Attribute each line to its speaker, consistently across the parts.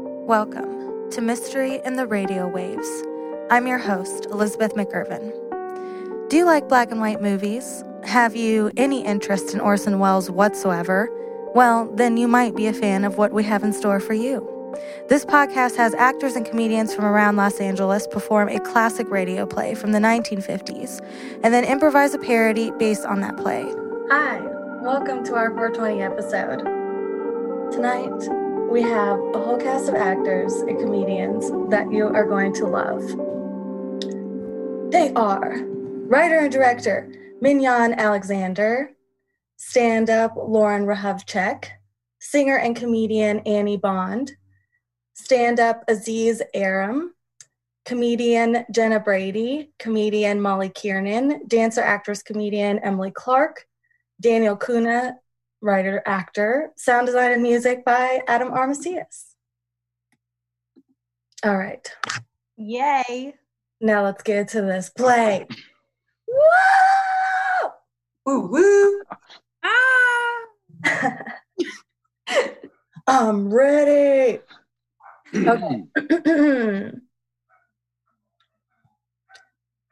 Speaker 1: Welcome to Mystery in the Radio Waves. I'm your host, Elizabeth McIrvin. Do you like black and white movies? Have you any interest in Orson Welles whatsoever? Well, then you might be a fan of what we have in store for you. This podcast has actors and comedians from around Los Angeles perform a classic radio play from the 1950s and then improvise a parody based on that play. Hi, welcome to our 420 episode. Tonight, we have a whole cast of actors and comedians that you are going to love. They are writer and director Mignon Alexander, stand up Lauren Rahovchek, singer and comedian Annie Bond, stand up Aziz Aram, comedian Jenna Brady, comedian Molly Kiernan, dancer actress comedian Emily Clark, Daniel Kuna, writer actor, sound design and music by Adam Armacias. All right,
Speaker 2: Yay.
Speaker 1: now let's get to this play. Woo!
Speaker 3: Woo woo.
Speaker 2: Ah.
Speaker 4: Um,
Speaker 1: I'm ready. Okay.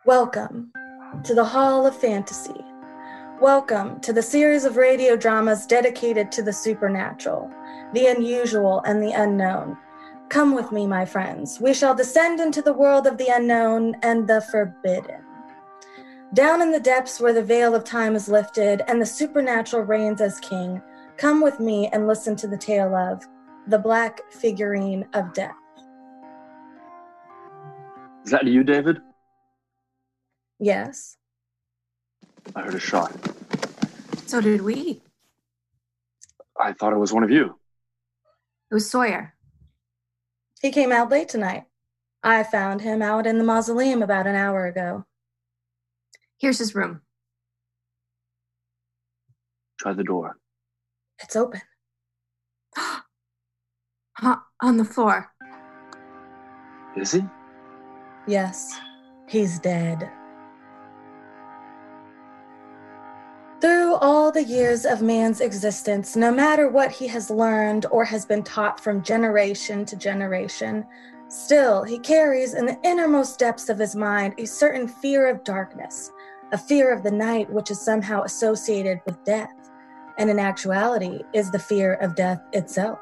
Speaker 1: Welcome to the Hall of Fantasy. Welcome to the series of radio dramas dedicated to the supernatural, the unusual, and the unknown. Come with me, my friends. We shall descend into the world of the unknown and the forbidden. Down in the depths where the veil of time is lifted and the supernatural reigns as king, come with me and listen to the tale of the black figurine of death.
Speaker 5: Is that you, David?
Speaker 1: Yes.
Speaker 5: I heard a shot.
Speaker 3: So did we.
Speaker 5: I thought it was one of you.
Speaker 3: It was Sawyer.
Speaker 1: He came out late tonight. I found him out in the mausoleum about an hour ago.
Speaker 3: Here's his room.
Speaker 5: Try the door.
Speaker 1: It's open.
Speaker 3: Huh, Uh, on the floor.
Speaker 5: Is he?
Speaker 1: Yes, he's dead. Through all the years of man's existence, no matter what he has learned or has been taught from generation to generation, still he carries in the innermost depths of his mind a certain fear of darkness, a fear of the night which is somehow associated with death, and in actuality is the fear of death itself.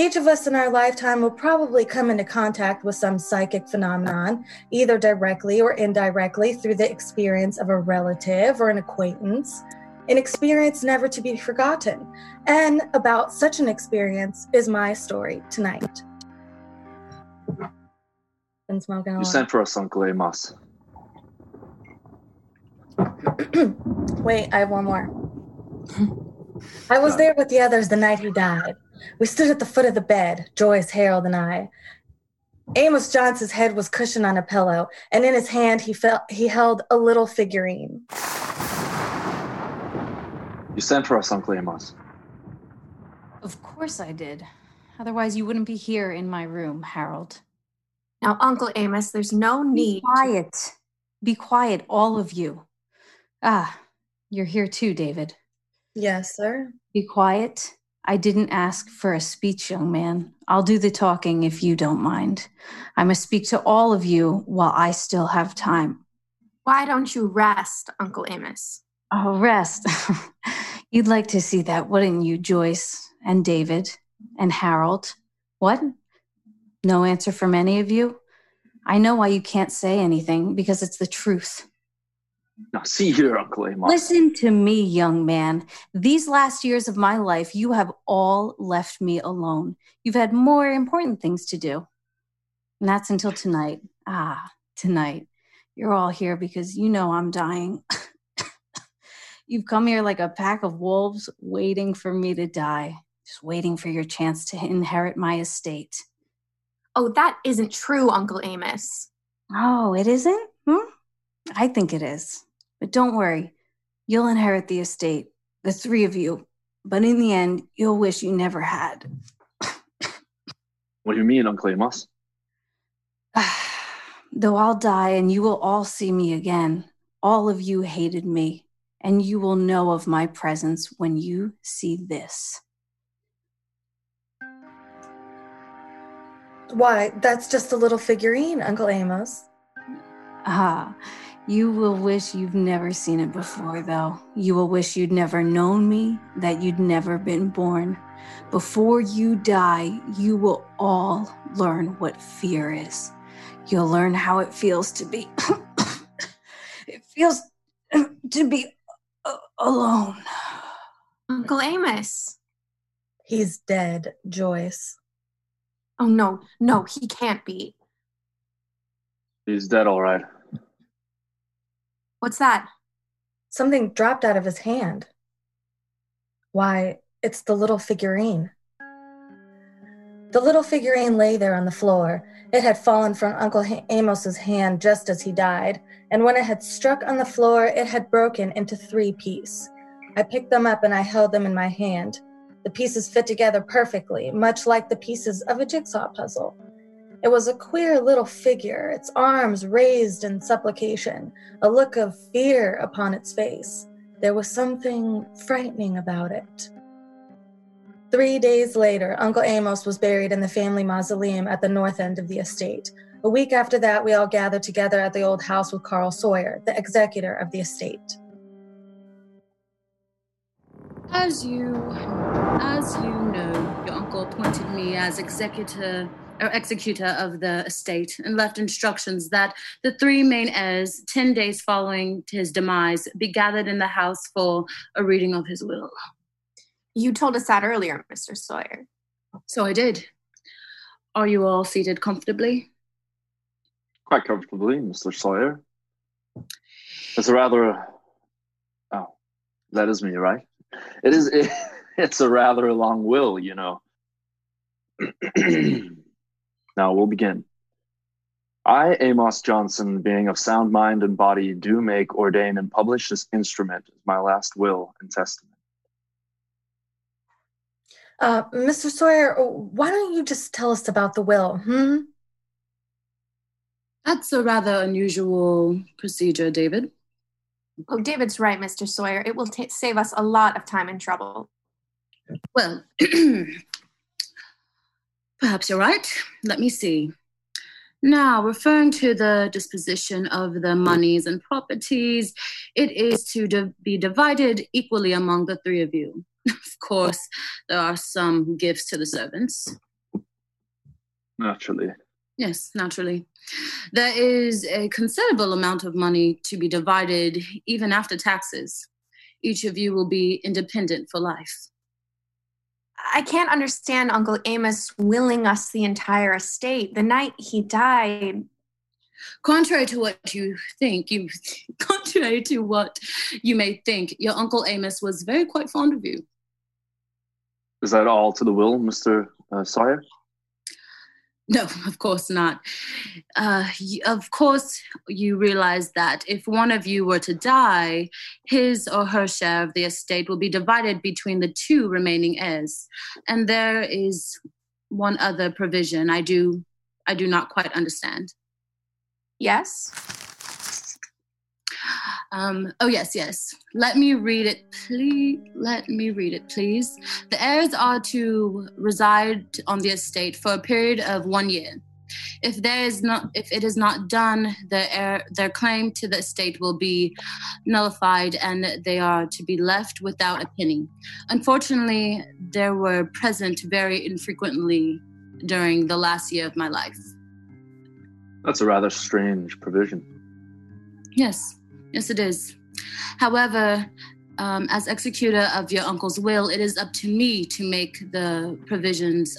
Speaker 1: Each of us in our lifetime will probably come into contact with some psychic phenomenon, either directly or indirectly through the experience of a relative or an acquaintance, an experience never to be forgotten. And about such an experience is my story tonight. Been smoking a
Speaker 5: You
Speaker 1: lot.
Speaker 5: sent for us, Uncle Amos.
Speaker 1: Wait, I have one more. I was there with the others the night he died. We stood at the foot of the bed, Joyce, Harold, and I. Amos Johnson's head was cushioned on a pillow, and in his hand he felt he held a little figurine.
Speaker 5: You sent for us, Uncle Amos.
Speaker 2: Of course I did. Otherwise, you wouldn't be here in my room, Harold.
Speaker 3: Now, Uncle Amos, there's no need.
Speaker 2: quiet. Be quiet, all of you. Ah, you're here too, David.
Speaker 1: Yes, sir.
Speaker 2: Be quiet. I didn't ask for a speech, young man. I'll do the talking if you don't mind. I must speak to all of you while I still have time.
Speaker 3: Why don't you rest, Uncle Amos?
Speaker 2: Oh, rest. You'd like to see that, wouldn't you, Joyce and David and Harold? What? No answer from any of you? I know why you can't say anything because it's the truth.
Speaker 5: Now, see here, Uncle Amos.
Speaker 2: Listen to me, young man. These last years of my life, you have all left me alone. You've had more important things to do. And that's until tonight. Ah, tonight. You're all here because you know I'm dying. You've come here like a pack of wolves waiting for me to die, just waiting for your chance to inherit my estate.
Speaker 3: Oh, that isn't true, Uncle Amos.
Speaker 2: Oh, it isn't? Hmm? I think it is. But don't worry, you'll inherit the estate, the three of you. But in the end, you'll wish you never had.
Speaker 5: What do you mean, Uncle Amos?
Speaker 2: Though I'll die and you will all see me again, all of you hated me, and you will know of my presence when you see this.
Speaker 1: Why, that's just a little figurine, Uncle Amos.
Speaker 2: Ah, you will wish you've never seen it before, though. You will wish you'd never known me, that you'd never been born. Before you die, you will all learn what fear is. You'll learn how it feels to be. it feels
Speaker 1: uh,
Speaker 2: to be a- alone.
Speaker 3: Uncle Amos.
Speaker 1: He's dead, Joyce.
Speaker 3: Oh, no, no, he can't be.
Speaker 5: He's dead, all right.
Speaker 3: What's that?
Speaker 1: Something dropped out of his hand. Why, it's the little figurine. The little figurine lay there on the floor. It had fallen from Uncle ha- Amos's hand just as he died, and when it had struck on the floor, it had broken into three pieces. I picked them up and I held them in my hand. The pieces fit together perfectly, much like the pieces of a jigsaw puzzle. It was a queer little figure, its arms raised in supplication, a look of fear upon its face. There was something frightening about it. Three days later, Uncle Amos was buried in the family mausoleum at the north end of the estate. A week after that, we all gathered together at the old house with Carl Sawyer, the executor of the estate.
Speaker 6: As you, as you know, your uncle appointed me as executor or executor of the estate and left instructions that the three main heirs, ten days following his demise, be gathered in the house for a reading of his will.
Speaker 3: You told us that earlier, Mr. Sawyer.
Speaker 6: So I did. Are you all seated comfortably?
Speaker 5: Quite comfortably, Mr. Sawyer. It's a rather. Oh, that is me, right? It is. It, it's a rather long will, you know. now we'll begin. I, Amos Johnson, being of sound mind and body, do make, ordain, and publish this instrument as my last will and testament.
Speaker 1: Uh, Mr. Sawyer, why don't you just tell us about the will? Hmm?
Speaker 6: That's a rather unusual procedure, David.
Speaker 3: Oh, David's right, Mr. Sawyer. It will ta save us a lot of time and trouble.
Speaker 6: Well, perhaps you're right. Let me see. Now, referring to the disposition of the monies and properties, it is to di- be divided equally among the three of you. of course, there are some gifts to the servants.
Speaker 5: Naturally.
Speaker 6: Yes, naturally. There is a considerable amount of money to be divided even after taxes. Each of you will be independent for life.
Speaker 3: I can't understand Uncle Amos willing us the entire estate. The night he died,
Speaker 6: Contrary to what you think, you contrary to what you may think, your uncle Amos was very quite fond of you.
Speaker 5: Is that all to the will, Mr. Uh, Sawyer?
Speaker 6: No, of course not. Uh, y- of course, you realize that if one of you were to die, his or her share of the estate will be divided between the two remaining heirs. And there is one other provision I do I do not quite understand.
Speaker 3: yes?
Speaker 6: Um, oh yes, yes. Let me read it, please. Let me read it, please. The heirs are to reside on the estate for a period of one year. If there is not, if it is not done, the heir, their claim to the estate will be nullified, and they are to be left without a penny. Unfortunately, there were present very infrequently during the last year of my life.
Speaker 5: That's a rather strange provision.
Speaker 6: Yes, yes, it is. However, um, as executor of your uncle's will, it is up to me to make the provisions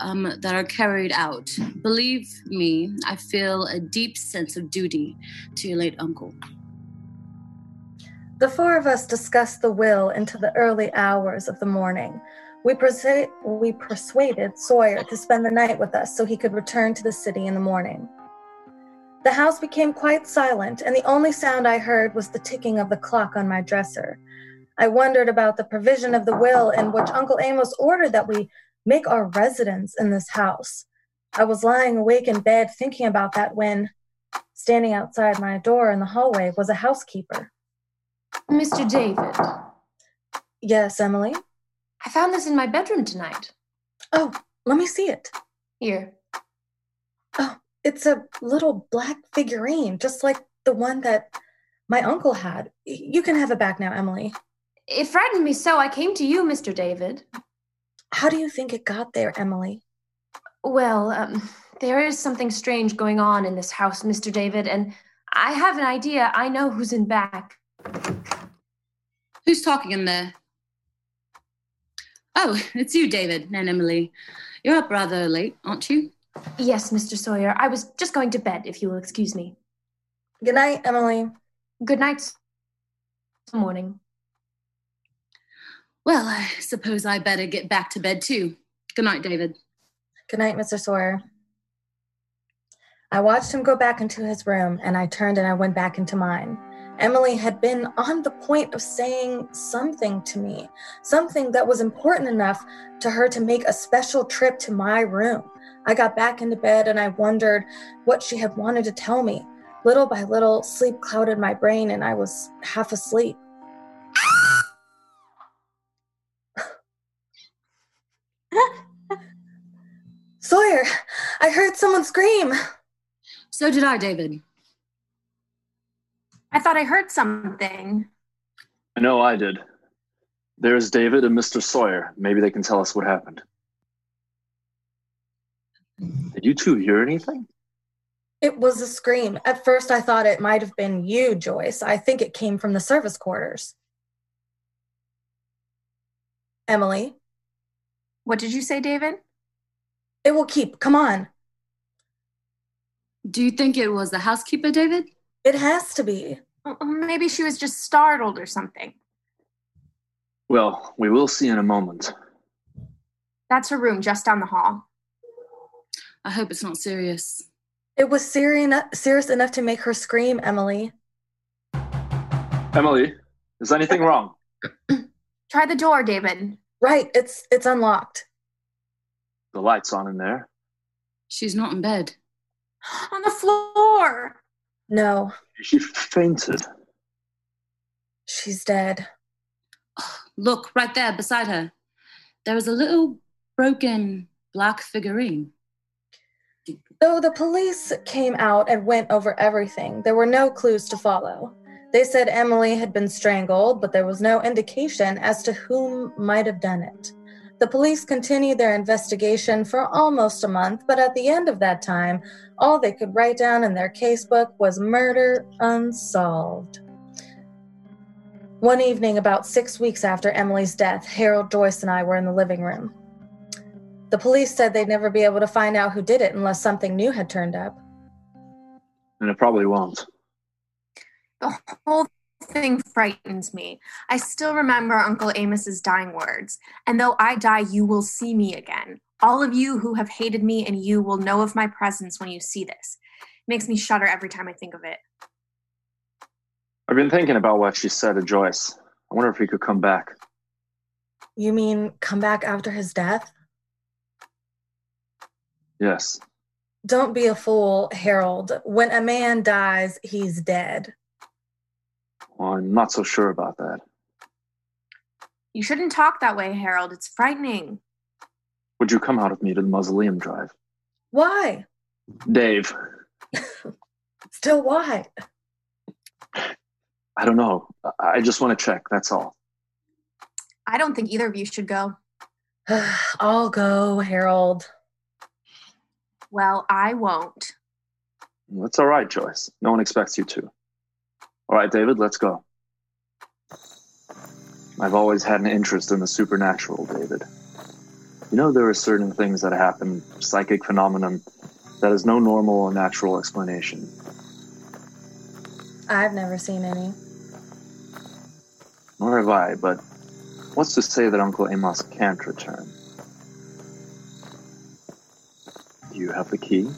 Speaker 6: um, that are carried out. Believe me, I feel a deep sense of duty to your late uncle.
Speaker 1: The four of us discussed the will into the early hours of the morning. We, persu- we persuaded Sawyer to spend the night with us so he could return to the city in the morning. The house became quite silent, and the only sound I heard was the ticking of the clock on my dresser. I wondered about the provision of the will in which Uncle Amos ordered that we make our residence in this house. I was lying awake in bed thinking about that when, standing outside my door in the hallway, was a housekeeper.
Speaker 7: Mr. David,
Speaker 1: Yes, Emily.
Speaker 7: I found this in my bedroom tonight.
Speaker 1: Oh, let me see it. Oh,
Speaker 7: Here.
Speaker 1: It's a little black figurine, just like the one that my uncle had. Y- You can have it back now, Emily.
Speaker 7: It frightened me so I came to you, Mr. David.
Speaker 1: How do you think it got there, Emily?
Speaker 7: Well, um, there is something strange going on in this house, Mr. David, and I have an idea. I know who's in back.
Speaker 6: Who's talking in there? Oh, it's you, David and Emily. You're up rather late, aren't you?
Speaker 7: Yes, Mr. Sawyer, I was just going to bed, if you will excuse me.
Speaker 1: Good night, Emily.
Speaker 7: Good night. s- Morning.
Speaker 6: Well, I suppose I better get back to bed too. Good night, David.
Speaker 1: Good night, Mr. Sawyer. I watched him go back into his room and I turned and I went back into mine. Emily had been on the point of saying something to me, something that was important enough to her to make a special trip to my room. I got back into bed and I wondered what she had wanted to tell me. Little by little, sleep clouded my brain and I was half asleep. Sawyer, I heard someone scream.
Speaker 6: So did I, David.
Speaker 3: I thought I heard something.
Speaker 5: I know I did. There's David and Mr. Sawyer. Maybe they can tell us what happened. Did you two hear anything?
Speaker 1: It was a scream. At first, I thought it might have been you, Joyce. I think it came from the service quarters. Emily,
Speaker 3: What did you say, David?
Speaker 1: it will keep. Come on.
Speaker 6: Do you think it was the housekeeper, David?
Speaker 1: It has to be.
Speaker 3: Well, Maybe she was just startled or something.
Speaker 5: Well, we will see in a moment.
Speaker 3: That's her room just down the hall.
Speaker 6: I hope it's not serious.
Speaker 1: It was serious enough, serious enough to make her scream, Emily.
Speaker 5: Emily, is anything wrong?
Speaker 3: Try the door, David.
Speaker 1: Right, it's it's unlocked.
Speaker 5: The light's on in there.
Speaker 6: She's not in bed.
Speaker 3: On the floor.
Speaker 1: No,
Speaker 5: She fainted.
Speaker 1: she's dead.
Speaker 6: Oh, Look, right there beside her. There is a little broken black figurine.
Speaker 1: Though the police came out and went over everything, there were no clues to follow. They said Emily had been strangled, but there was no indication as to whom might have done it. The police continued their investigation for almost a month, but at the end of that time, all they could write down in their casebook was murder unsolved. One evening, about six weeks after Emily's death, Harold Joyce and I were in the living room. The police said they'd never be able to find out who did it unless something new had turned up.
Speaker 5: And it probably won't.
Speaker 3: The whole thing frightens me. I still remember Uncle Amos's dying words. And though I die, you will see me again. All of you who have hated me and you will know of my presence when you see this. makes me shudder every time I think of it.
Speaker 5: I've been thinking about what she said to Joyce. I wonder if he could come back.
Speaker 1: You mean come back after his death?
Speaker 5: Yes.
Speaker 1: Don't be a fool, Harold. When a man dies, he's dead.
Speaker 5: Well, I'm not so sure about that.
Speaker 3: You shouldn't talk that way, Harold. It's frightening.
Speaker 5: Would you come out with me to the mausoleum drive?
Speaker 1: Why?
Speaker 5: Dave,
Speaker 1: Still why?
Speaker 5: I don't know. I- I just want to check. That's all.
Speaker 3: I don't think either of you should go.
Speaker 1: I'll go, Harold.
Speaker 3: Well, I won't.
Speaker 5: That's all right, Joyce. No one expects you to. All right, David, let's go. I've always had an interest in the supernatural, David. You know, there are certain things that happen, psychic phenomenon, that is no normal or natural explanation.
Speaker 1: I've never seen any.
Speaker 5: Nor have I, but what's to say that Uncle Amos can't return? Do you have the key?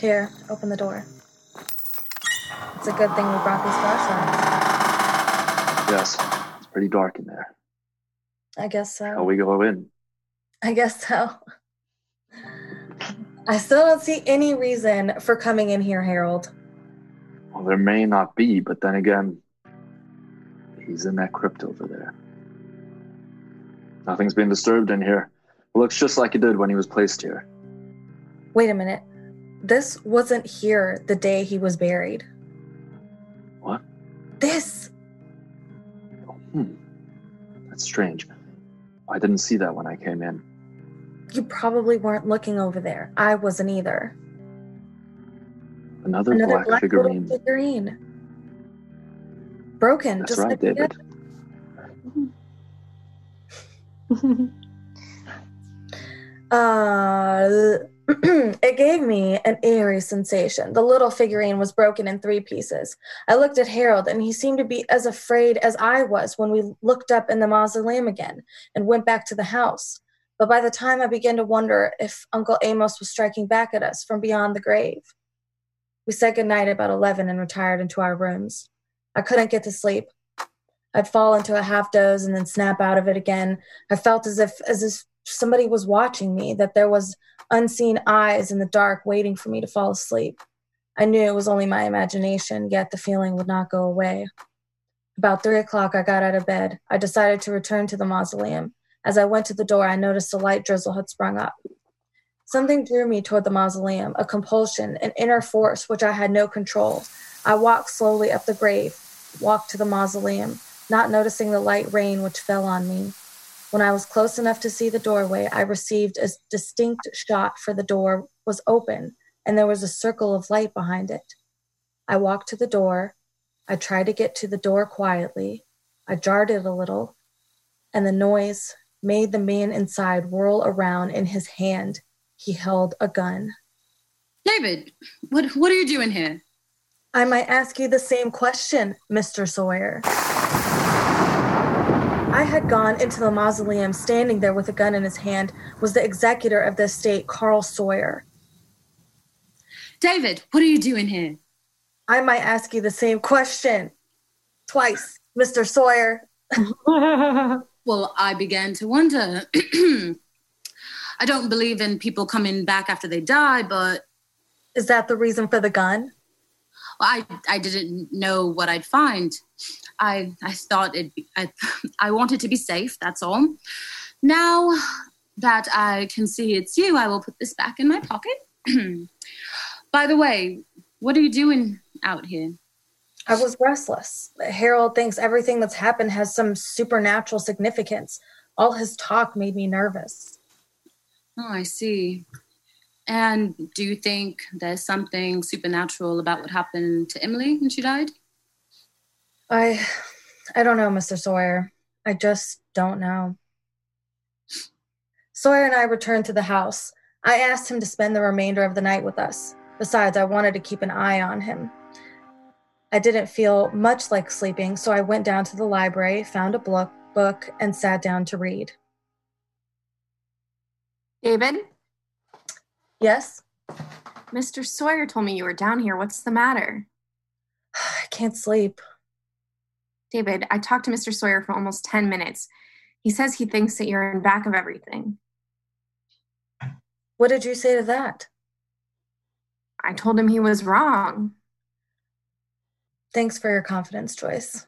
Speaker 1: Here, open the door. It's a good thing we brought these flashlights.
Speaker 5: Yes. It's pretty dark in there.
Speaker 1: I guess so.
Speaker 5: Shall we go in?
Speaker 1: I guess so. I still don't see any reason for coming in here, Harold.
Speaker 5: Well, there may not be, but then again, he's in that crypt over there. Nothing's been disturbed in here. It looks just like it did when he was placed here.
Speaker 1: Wait a minute. This wasn't here the day he was buried.
Speaker 5: What?
Speaker 1: This.
Speaker 5: Hmm. That's strange. I didn't see that when I came in.
Speaker 1: You probably weren't looking over there. I wasn't either.
Speaker 5: Another, black,
Speaker 1: little
Speaker 5: figurine.
Speaker 1: figurine. Broken.
Speaker 5: That's
Speaker 1: just
Speaker 5: right,
Speaker 1: like the
Speaker 5: David.
Speaker 1: Uh, it gave me an eerie sensation. The little figurine was broken in three pieces. I looked at Harold, and he seemed to be as afraid as I was when we looked up in the mausoleum again and went back to the house. But by the time I began to wonder if Uncle Amos was striking back at us from beyond the grave, we said goodnight about 11 and retired into our rooms. I couldn't get to sleep. I'd fall into a half doze and then snap out of it again. I felt as if as if somebody was watching me, that there was unseen eyes in the dark waiting for me to fall asleep. I knew it was only my imagination, yet the feeling would not go away. About three o'clock, I got out of bed. I decided to return to the mausoleum. As I went to the door, I noticed a light drizzle had sprung up. Something drew me toward the mausoleum, a compulsion, an inner force which I had no control. I walked slowly up the grave, walked to the mausoleum, not noticing the light rain which fell on me. When I was close enough to see the doorway, I received a distinct shot, for the door was open and there was a circle of light behind it. I walked to the door. I tried to get to the door quietly. I jarred it a little, and the noise made the man inside whirl around in his hand. He held a gun.
Speaker 6: David, what what are you doing here?
Speaker 1: I might ask you the same question, Mr. Sawyer. I had gone into the mausoleum standing there with a gun in his hand was the executor of the estate, Carl Sawyer.
Speaker 6: David, what are you doing here?
Speaker 1: I might ask you the same question twice, Mr. Sawyer.
Speaker 6: Well, I began to wonder. I don't believe in people coming back after they die, but
Speaker 1: Is that the reason for the gun?
Speaker 6: I I didn't know what I'd find. I I thought it I I wanted to be safe, that's all. Now that I can see it's you, I will put this back in my pocket. By the way, what are you doing out here?
Speaker 1: I was restless. Harold thinks everything that's happened has some supernatural significance. All his talk made me nervous.
Speaker 6: Oh, I see. And do you think there's something supernatural about what happened to Emily when she died?
Speaker 1: I I don't know, Mr. Sawyer. I just don't know. Sawyer and I returned to the house. I asked him to spend the remainder of the night with us. Besides, I wanted to keep an eye on him. I didn't feel much like sleeping, so I went down to the library, found a book, book and sat down to read.
Speaker 3: David,
Speaker 1: Yes?
Speaker 3: Mr. Sawyer told me you were down here. What's the matter?
Speaker 1: I can't sleep.
Speaker 3: David, I talked to Mr. Sawyer for almost 10 minutes. He says he thinks that you're in back of everything.
Speaker 1: What did you say to that?
Speaker 3: I told him he was wrong.
Speaker 1: Thanks for your confidence, Joyce.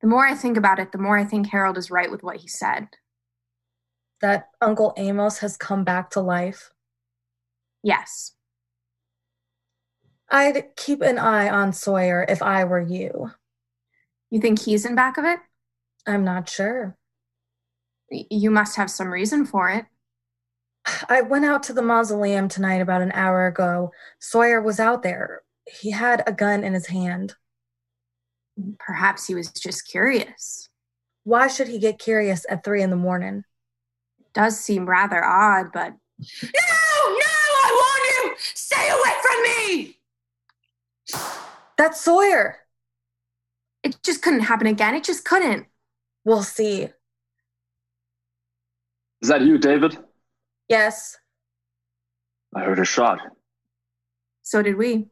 Speaker 3: The more I think about it, the more I think Harold is right with what he said.
Speaker 1: That Uncle Amos has come back to life.
Speaker 3: Yes.
Speaker 1: I'd keep an eye on Sawyer if I were you.
Speaker 3: You think he's in back of it?
Speaker 1: I'm not sure.
Speaker 3: Y- You must have some reason for it.
Speaker 1: I went out to the mausoleum tonight about an hour ago. Sawyer was out there. He had a gun in his hand.
Speaker 3: Perhaps he was just curious.
Speaker 1: Why should he get curious at three in the morning?
Speaker 3: Does seem rather odd, but
Speaker 6: No, no, I warn you! Stay away from me!
Speaker 1: That's Sawyer!
Speaker 3: it just couldn't happen again. It just couldn't.
Speaker 1: We'll see.
Speaker 5: Is that you, David?
Speaker 1: Yes,
Speaker 5: I heard a shot.
Speaker 3: So did we.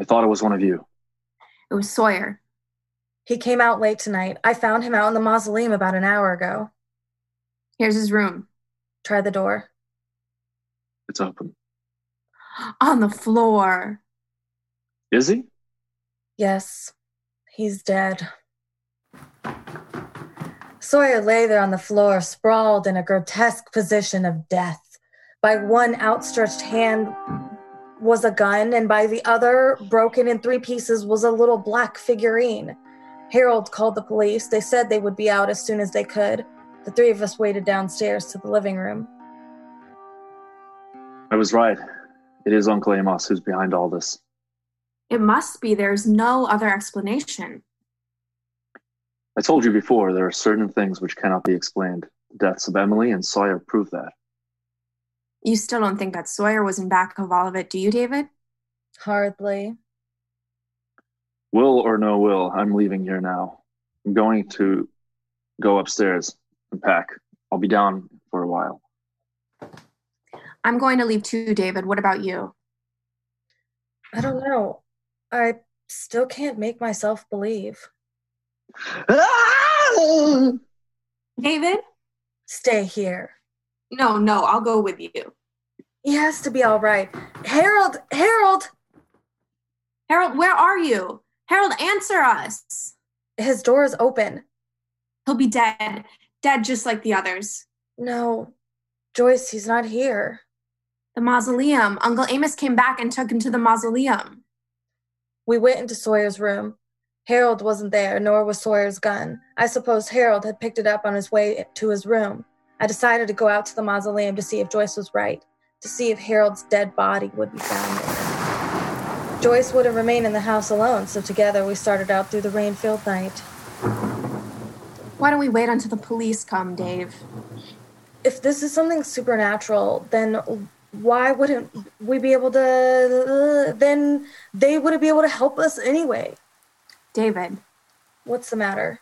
Speaker 5: I thought it was one of you.
Speaker 3: It was Sawyer.
Speaker 1: he came out late tonight. I found him out in the mausoleum about an hour ago.
Speaker 3: Here's his room
Speaker 1: Try the door.
Speaker 5: It's open.
Speaker 3: on the floor.
Speaker 5: Is he?
Speaker 1: Yes, he's dead. Sawyer lay there on the floor, sprawled in a grotesque position of death. By one outstretched hand was a gun, and by the other, broken in three pieces, was a little black figurine. Harold called the police. They said they would be out as soon as they could. The three of us waited downstairs to the living room.
Speaker 5: I was right. It is Uncle Amos who's behind all this.
Speaker 3: It must be. There's no other explanation.
Speaker 5: I told you before, there are certain things which cannot be explained. The deaths of Emily and Sawyer prove that.
Speaker 3: You still don't think that Sawyer was in back of all of it, do you, David?
Speaker 1: Hardly.
Speaker 5: Will or no will, I'm leaving here now. I'm going to go upstairs and pack. I'll be down for a while.
Speaker 3: I'm going to leave too, David. What about you?
Speaker 1: I don't know. I still can't make myself believe.
Speaker 3: David?
Speaker 1: Stay here.
Speaker 3: No, no, I'll go with you.
Speaker 1: He has to be all right. Harold, Harold!
Speaker 3: Harold, where are you? Harold, answer us.
Speaker 1: His door is open.
Speaker 3: He'll be dead. Dead just like the others.
Speaker 1: No, Joyce, he's not here.
Speaker 3: The mausoleum. Uncle Amos came back and took him to the mausoleum.
Speaker 1: We went into Sawyer's room. Harold wasn't there, nor was Sawyer's gun. I supposed Harold had picked it up on his way to his room. I decided to go out to the mausoleum to see if Joyce was right, to see if Harold's dead body would be found there. Joyce would have remained in the house alone, so together we started out through the rain filled night.
Speaker 3: Why don't we wait until the police come, Dave?
Speaker 1: If this is something supernatural, then why wouldn't we be able to? then they wouldn't be able to help us anyway.
Speaker 3: David,
Speaker 1: What's the matter?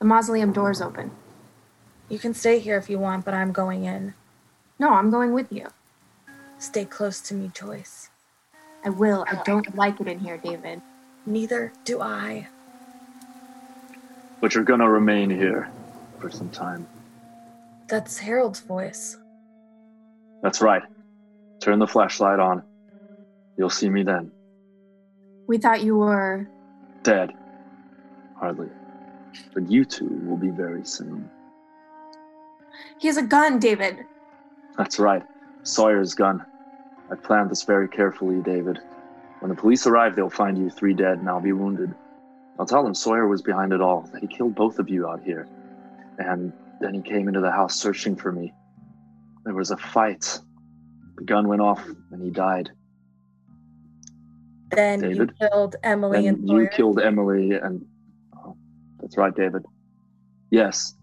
Speaker 3: the mausoleum door's open.
Speaker 1: You can stay here if you want, but I'm going in.
Speaker 3: No, I'm going with you.
Speaker 1: Stay close to me, Joyce.
Speaker 3: I will. I don't like it in here, David.
Speaker 1: Neither do I.
Speaker 5: But you're gonna remain here for some time.
Speaker 1: That's Harold's voice.
Speaker 5: That's right. Turn the flashlight on. You'll see me then.
Speaker 3: We thought you were.
Speaker 5: Dead. Hardly. But you two will be very soon.
Speaker 3: He has a gun, David.
Speaker 5: That's right. Sawyer's gun. I planned this very carefully, David. When the police arrive, they'll find you three dead and I'll be wounded. I'll tell them Sawyer was behind it all, that he killed both of you out here. And then he came into the house searching for me. There was a fight. The gun went off and he died.
Speaker 1: Then
Speaker 5: David?
Speaker 1: you killed Emily and,
Speaker 5: and you
Speaker 1: Sawyer.
Speaker 5: killed Emily, and oh, that's right, David. Yes,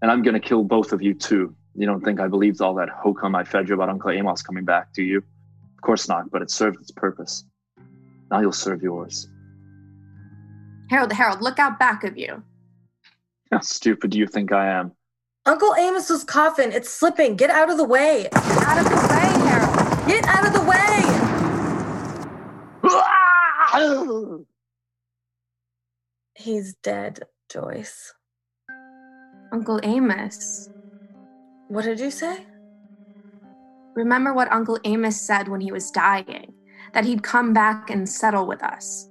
Speaker 5: and I'm gonna kill both of you too. You don't think I believed all that hokum I fed you about Uncle Amos coming back, do you? Of course not, but it served its purpose. Now you'll serve yours.
Speaker 3: Harold, Harold, look out back of you.
Speaker 5: How stupid do you think I am?
Speaker 1: Uncle Amos's coffin. It's slipping. Get out of the way.
Speaker 3: Out of the way, Harold.
Speaker 1: Get out of the way. He's dead, Joyce.
Speaker 3: Uncle Amos.
Speaker 1: What did you say?
Speaker 3: Remember what Uncle Amos said when he was dying that he'd come back and settle with us.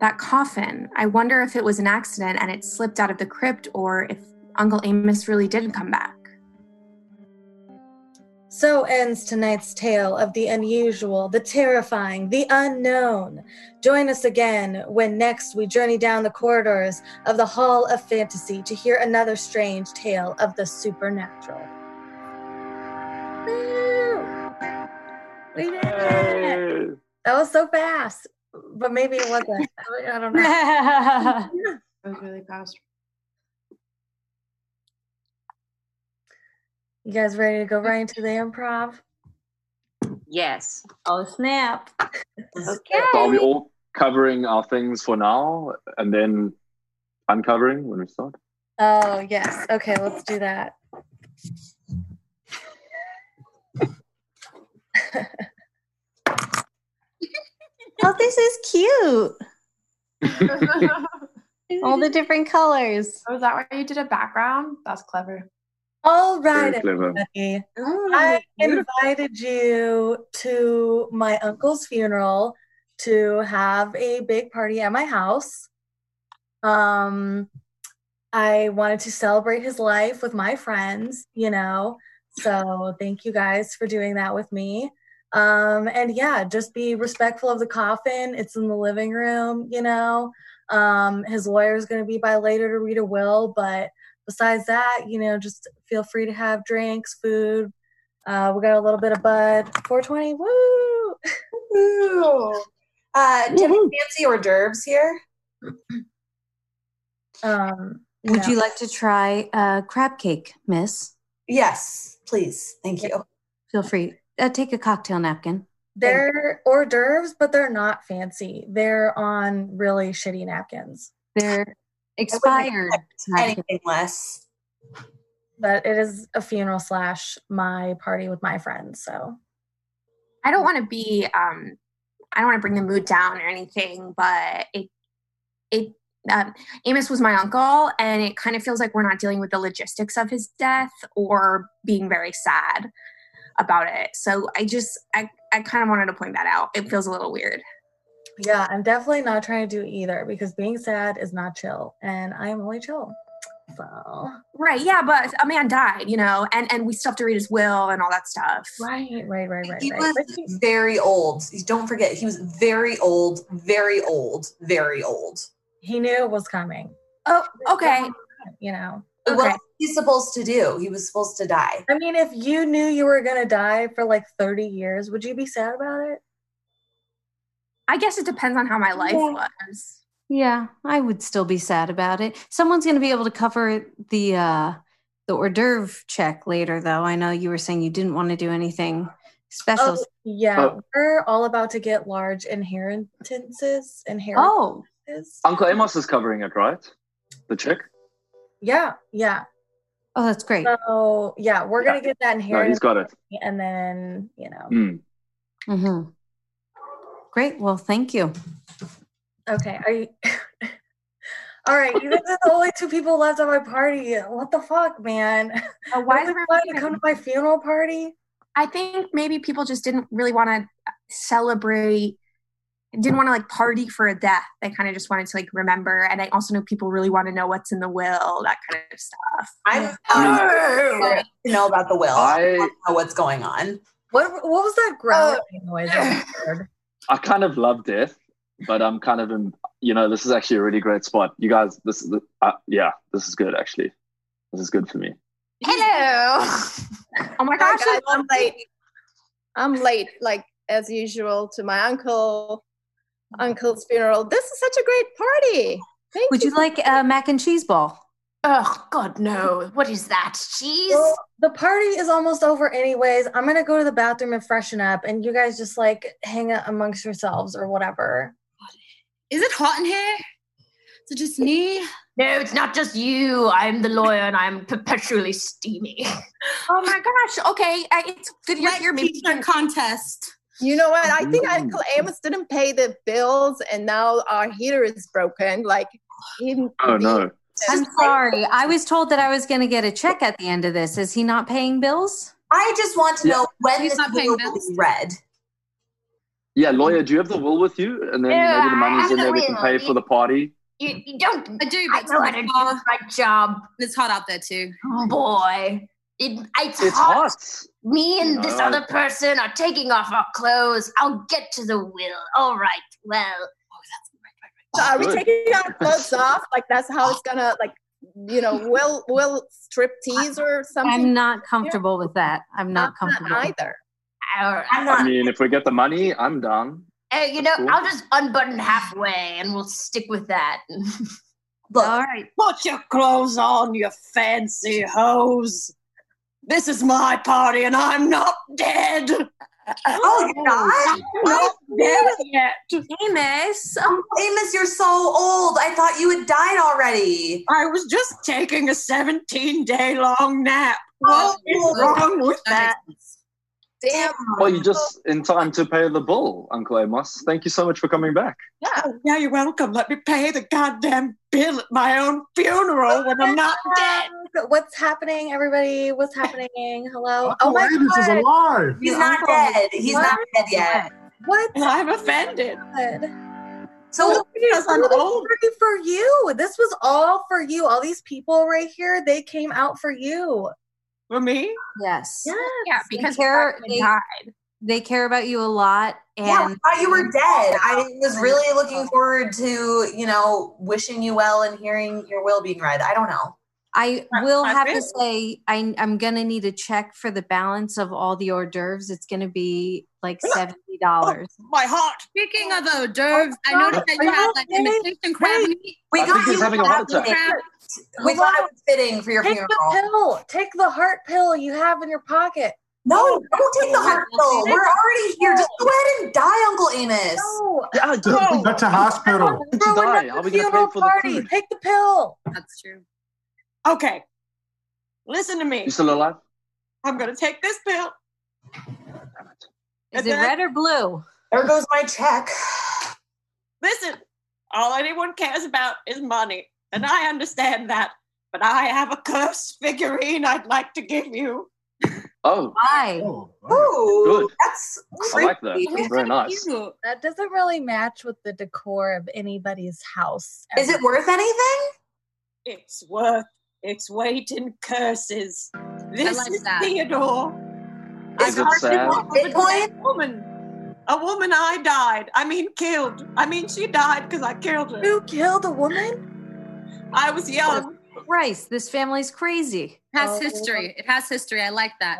Speaker 3: That coffin, I wonder if it was an accident and it slipped out of the crypt or if Uncle Amos really did come back.
Speaker 1: So ends tonight's tale of the unusual, the terrifying, the unknown. Join us again when next we journey down the corridors of the Hall of Fantasy to hear another strange tale of the supernatural. Woo! We did it! That was so fast, but maybe it wasn't. I don't know.
Speaker 6: That was really fast.
Speaker 1: You guys ready to go right into the improv?
Speaker 8: Yes.
Speaker 2: oh, snap.
Speaker 8: Okay.
Speaker 5: So are we all covering our things for now, and then uncovering when we start?
Speaker 1: Oh, yes. Okay, let's do that.
Speaker 2: Oh, this is cute. All the different colors.
Speaker 7: Oh, is that why you did a background? That's clever.
Speaker 1: All
Speaker 5: Very
Speaker 1: right,
Speaker 5: clever.
Speaker 1: everybody.
Speaker 8: Oh,
Speaker 1: I
Speaker 8: beautiful.
Speaker 1: invited you to my uncle's funeral to have a big party at my house. Um, I wanted to celebrate his life with my friends, you know. So thank you guys for doing that with me. Um, and yeah, just be respectful of the coffin. It's in the living room, you know. Um, his lawyer is going to be by later to read a will, but besides that, you know, just feel free to have drinks, food. Uh, we got a little bit of bud. 420, woo!
Speaker 9: Ooh. Uh, do you have any fancy hors d'oeuvres here?
Speaker 1: Um,
Speaker 2: Would you like to try uh, crab cake, miss?
Speaker 9: Yes, please. Thank you.
Speaker 2: Feel free. Uh, take a cocktail napkin.
Speaker 1: They're hors d'oeuvres, but they're not fancy. They're on really shitty napkins.
Speaker 2: They're expired.
Speaker 9: Anything less.
Speaker 1: But it is a funeral slash my party with my friends. So
Speaker 3: I don't want to be um I don't want to bring the mood down or anything, but it it um, Amos was my uncle, and it kind of feels like we're not dealing with the logistics of his death or being very sad about it. So I just I I kind of wanted to point that out. It feels a little weird.
Speaker 1: yeah, I'm definitely not trying to do either because being sad is not chill, and I am only chill. So
Speaker 3: Right? Yeah, but a man died, you know, and and we still have to read his will and all that stuff.
Speaker 1: right, right, right, right,
Speaker 9: He
Speaker 1: right.
Speaker 9: was very old. Don't forget, he was very old, very old, very old.
Speaker 1: He knew it was coming.
Speaker 3: Oh, okay.
Speaker 1: You know,
Speaker 9: What
Speaker 3: Okay.
Speaker 9: else was he supposed to do? He was supposed to die.
Speaker 1: I mean, if you knew you were gonna die for like 30 years, would you be sad about it?
Speaker 3: I guess it depends on how my life was.
Speaker 2: Yeah, I would still be sad about it. Someone's going to be able to cover the uh, the hors d'oeuvre check later, though. I know you were saying you didn't want to do anything special.
Speaker 1: Oh, yeah,
Speaker 5: Oh.
Speaker 1: we're all about to get large inheritances. Inheritances.
Speaker 2: Oh,
Speaker 5: Uncle Amos is covering it, right? The chick?
Speaker 1: Yeah, yeah.
Speaker 2: oh, that's great.
Speaker 1: So yeah, we're gonna get that
Speaker 5: No,
Speaker 1: inheritance,
Speaker 5: he's got it.
Speaker 1: and then you know.
Speaker 5: Mm.
Speaker 2: hmm Great. Well, thank you.
Speaker 1: Okay, are you? all right, you guys are the only two people left at my party. What the fuck, man?
Speaker 3: Uh, why is
Speaker 1: Nobody
Speaker 3: everyone
Speaker 1: wanted to
Speaker 3: leaving?
Speaker 1: come to my funeral party?
Speaker 3: I think maybe people just didn't really want to celebrate, didn't want to like party for a death. They kind of just wanted to like remember. And I also know people really want to know what's in the will, that kind of stuff.
Speaker 9: I'm curious Um, to know about the will. I
Speaker 5: I
Speaker 9: don't know what's going on.
Speaker 1: What What was that growling noise? I heard?
Speaker 5: I kind of love death, but I'm kind of in. You know, this is actually a really great spot. You guys, this is the, uh, yeah, this is good actually. This is good for me.
Speaker 10: Hello.
Speaker 3: Oh my
Speaker 10: Hi,
Speaker 3: gosh.
Speaker 10: guys, I'm late. I'm late, like as usual, to my uncle uncle's funeral. This is such a great party. Thank
Speaker 2: Would
Speaker 10: you.
Speaker 2: you like a mac and cheese ball?
Speaker 7: Oh, God, no. What is that? Cheese?
Speaker 1: Well, the party is almost over, anyways. I'm gonna go to the bathroom and freshen up, and you guys just like hang out amongst yourselves or whatever.
Speaker 6: Is it hot in here? Is it just me?
Speaker 7: No, it's not just you. I'm the lawyer and I'm perpetually steamy.
Speaker 3: Oh my gosh. Okay.
Speaker 7: Uh,
Speaker 3: I, it's good you're here. Maybe
Speaker 6: T-shirt contest.
Speaker 10: You know what? I think
Speaker 5: Mhm.
Speaker 2: Mm.
Speaker 10: Uncle Amos didn't pay the bills, and now our heater is broken. Like, he
Speaker 5: Oh no,
Speaker 2: I'm sorry. I was told that I was going to get a check at the end of this. Is he not paying bills?
Speaker 9: I just want to
Speaker 5: Yeah.
Speaker 9: know when
Speaker 6: He's
Speaker 9: this
Speaker 6: not paying
Speaker 9: will
Speaker 6: bills.
Speaker 9: is read.
Speaker 5: yeah, lawyer, do you have the will with you? And then
Speaker 7: Yeah,
Speaker 5: maybe the
Speaker 7: I
Speaker 5: money's in
Speaker 7: have
Speaker 5: there.
Speaker 7: the
Speaker 5: We can
Speaker 7: will.
Speaker 5: pay for the party.
Speaker 7: You, you don't.
Speaker 6: I do,
Speaker 7: I
Speaker 6: but it's
Speaker 7: know how
Speaker 6: not
Speaker 7: to do
Speaker 6: far.
Speaker 7: the right job, Oh
Speaker 6: It's hot out there too.
Speaker 7: boy. It, it's,
Speaker 5: It's
Speaker 7: hot.
Speaker 5: hot.
Speaker 7: Me and this
Speaker 5: No.
Speaker 7: other person are taking off our clothes. I'll get to the will. All right. Well,
Speaker 10: So are we
Speaker 5: Good.
Speaker 10: taking our clothes off? Like that's how it's gonna like you know, will will strip tease or something?
Speaker 2: I'm not comfortable with that. I'm not comfortable.
Speaker 10: either.
Speaker 7: all right.
Speaker 9: I'm
Speaker 5: I
Speaker 9: not.
Speaker 5: mean, if we get the money, I'm down.
Speaker 7: Uh, you know,
Speaker 5: Cool.
Speaker 7: I'll just unbutton halfway and we'll stick with that.
Speaker 9: Look,
Speaker 2: All right.
Speaker 4: Put your clothes on, you fancy hose. This is my party and I'm not dead.
Speaker 9: oh, you're not?
Speaker 4: Not dead yet.
Speaker 3: Amos.
Speaker 9: Oh, Amos, you're so old. I thought you had died already.
Speaker 4: I was just taking a 17 day long nap. What is
Speaker 6: Oh.
Speaker 4: wrong with that?
Speaker 6: That makes sense.
Speaker 10: Damn.
Speaker 5: Well, you just in time to pay the bill, Uncle Amos. Thank you so much for coming back.
Speaker 4: Oh, yeah, you're welcome. Let me pay the goddamn bill at my own funeral when I'm not dead.
Speaker 1: Look, What's happening, everybody? What's happening? Hello. Oh
Speaker 11: Uncle
Speaker 1: my
Speaker 11: Amos is
Speaker 1: god.
Speaker 11: alive.
Speaker 9: He's not dead. He's not dead yet.
Speaker 1: What?
Speaker 4: And I'm offended.
Speaker 1: God?
Speaker 9: So,
Speaker 4: Because I'm old.
Speaker 1: party for you. This was all for you. All these people right here, they came out for you.
Speaker 4: for me?
Speaker 2: Yes.
Speaker 3: Yeah, because
Speaker 2: they care,
Speaker 3: Franklin
Speaker 2: they,
Speaker 3: died.
Speaker 2: they care about you a lot. And
Speaker 9: yeah, I thought you
Speaker 1: um,
Speaker 9: were dead. I was really looking forward to, you know, wishing you well and hearing your will being read. I don't know.
Speaker 2: I will
Speaker 9: I
Speaker 2: have to
Speaker 9: think-
Speaker 2: say I, I'm going to need a check for the balance of all the hors d'oeuvres. It's going to be like seventy dollars.
Speaker 4: My heart.
Speaker 6: Speaking of hors d'oeuvres, I noticed that
Speaker 2: Are
Speaker 6: you
Speaker 2: you
Speaker 6: had like
Speaker 2: okay?
Speaker 6: imitation crab meat.
Speaker 9: We
Speaker 5: I think he's having a heart attack.
Speaker 9: We thought it was fitting for your
Speaker 1: Take the
Speaker 9: funeral.
Speaker 1: pill. Take the heart pill you have in your pocket.
Speaker 9: No, don't take the heart pill. We're already here. Just go ahead and die, Uncle Amos.
Speaker 1: No.
Speaker 5: Yeah,
Speaker 1: No.
Speaker 11: That's a hospital.
Speaker 5: When she die, how are we gonna pay for the
Speaker 1: Party.
Speaker 5: food?
Speaker 1: Take the pill.
Speaker 6: That's true.
Speaker 4: Okay. Listen to me.
Speaker 5: You still alive?
Speaker 4: I'm gonna take this pill.
Speaker 2: Is
Speaker 4: And
Speaker 2: it
Speaker 4: then-
Speaker 2: red or blue?
Speaker 9: There goes my check.
Speaker 4: Listen, all anyone cares about is money, and I understand that. But I have a cursed figurine I'd like to give you.
Speaker 5: Oh,
Speaker 2: Why?
Speaker 9: Ooh,
Speaker 5: Good.
Speaker 9: that's
Speaker 5: I like that.
Speaker 9: creepy.
Speaker 5: That's very nice.
Speaker 6: Cute.
Speaker 1: That doesn't really match with the decor of anybody's house.
Speaker 9: Is it worth anything?
Speaker 4: It's worth its weight in curses. This
Speaker 6: like
Speaker 4: is
Speaker 6: that.
Speaker 4: Theodore.
Speaker 5: Is it sad?
Speaker 4: Bitcoin? A woman. A woman I died. I mean, killed. I mean, she died because I killed her.
Speaker 1: You killed a woman?
Speaker 4: I was young.
Speaker 2: Christ, this family's crazy.
Speaker 6: It has history. It has history. I like that.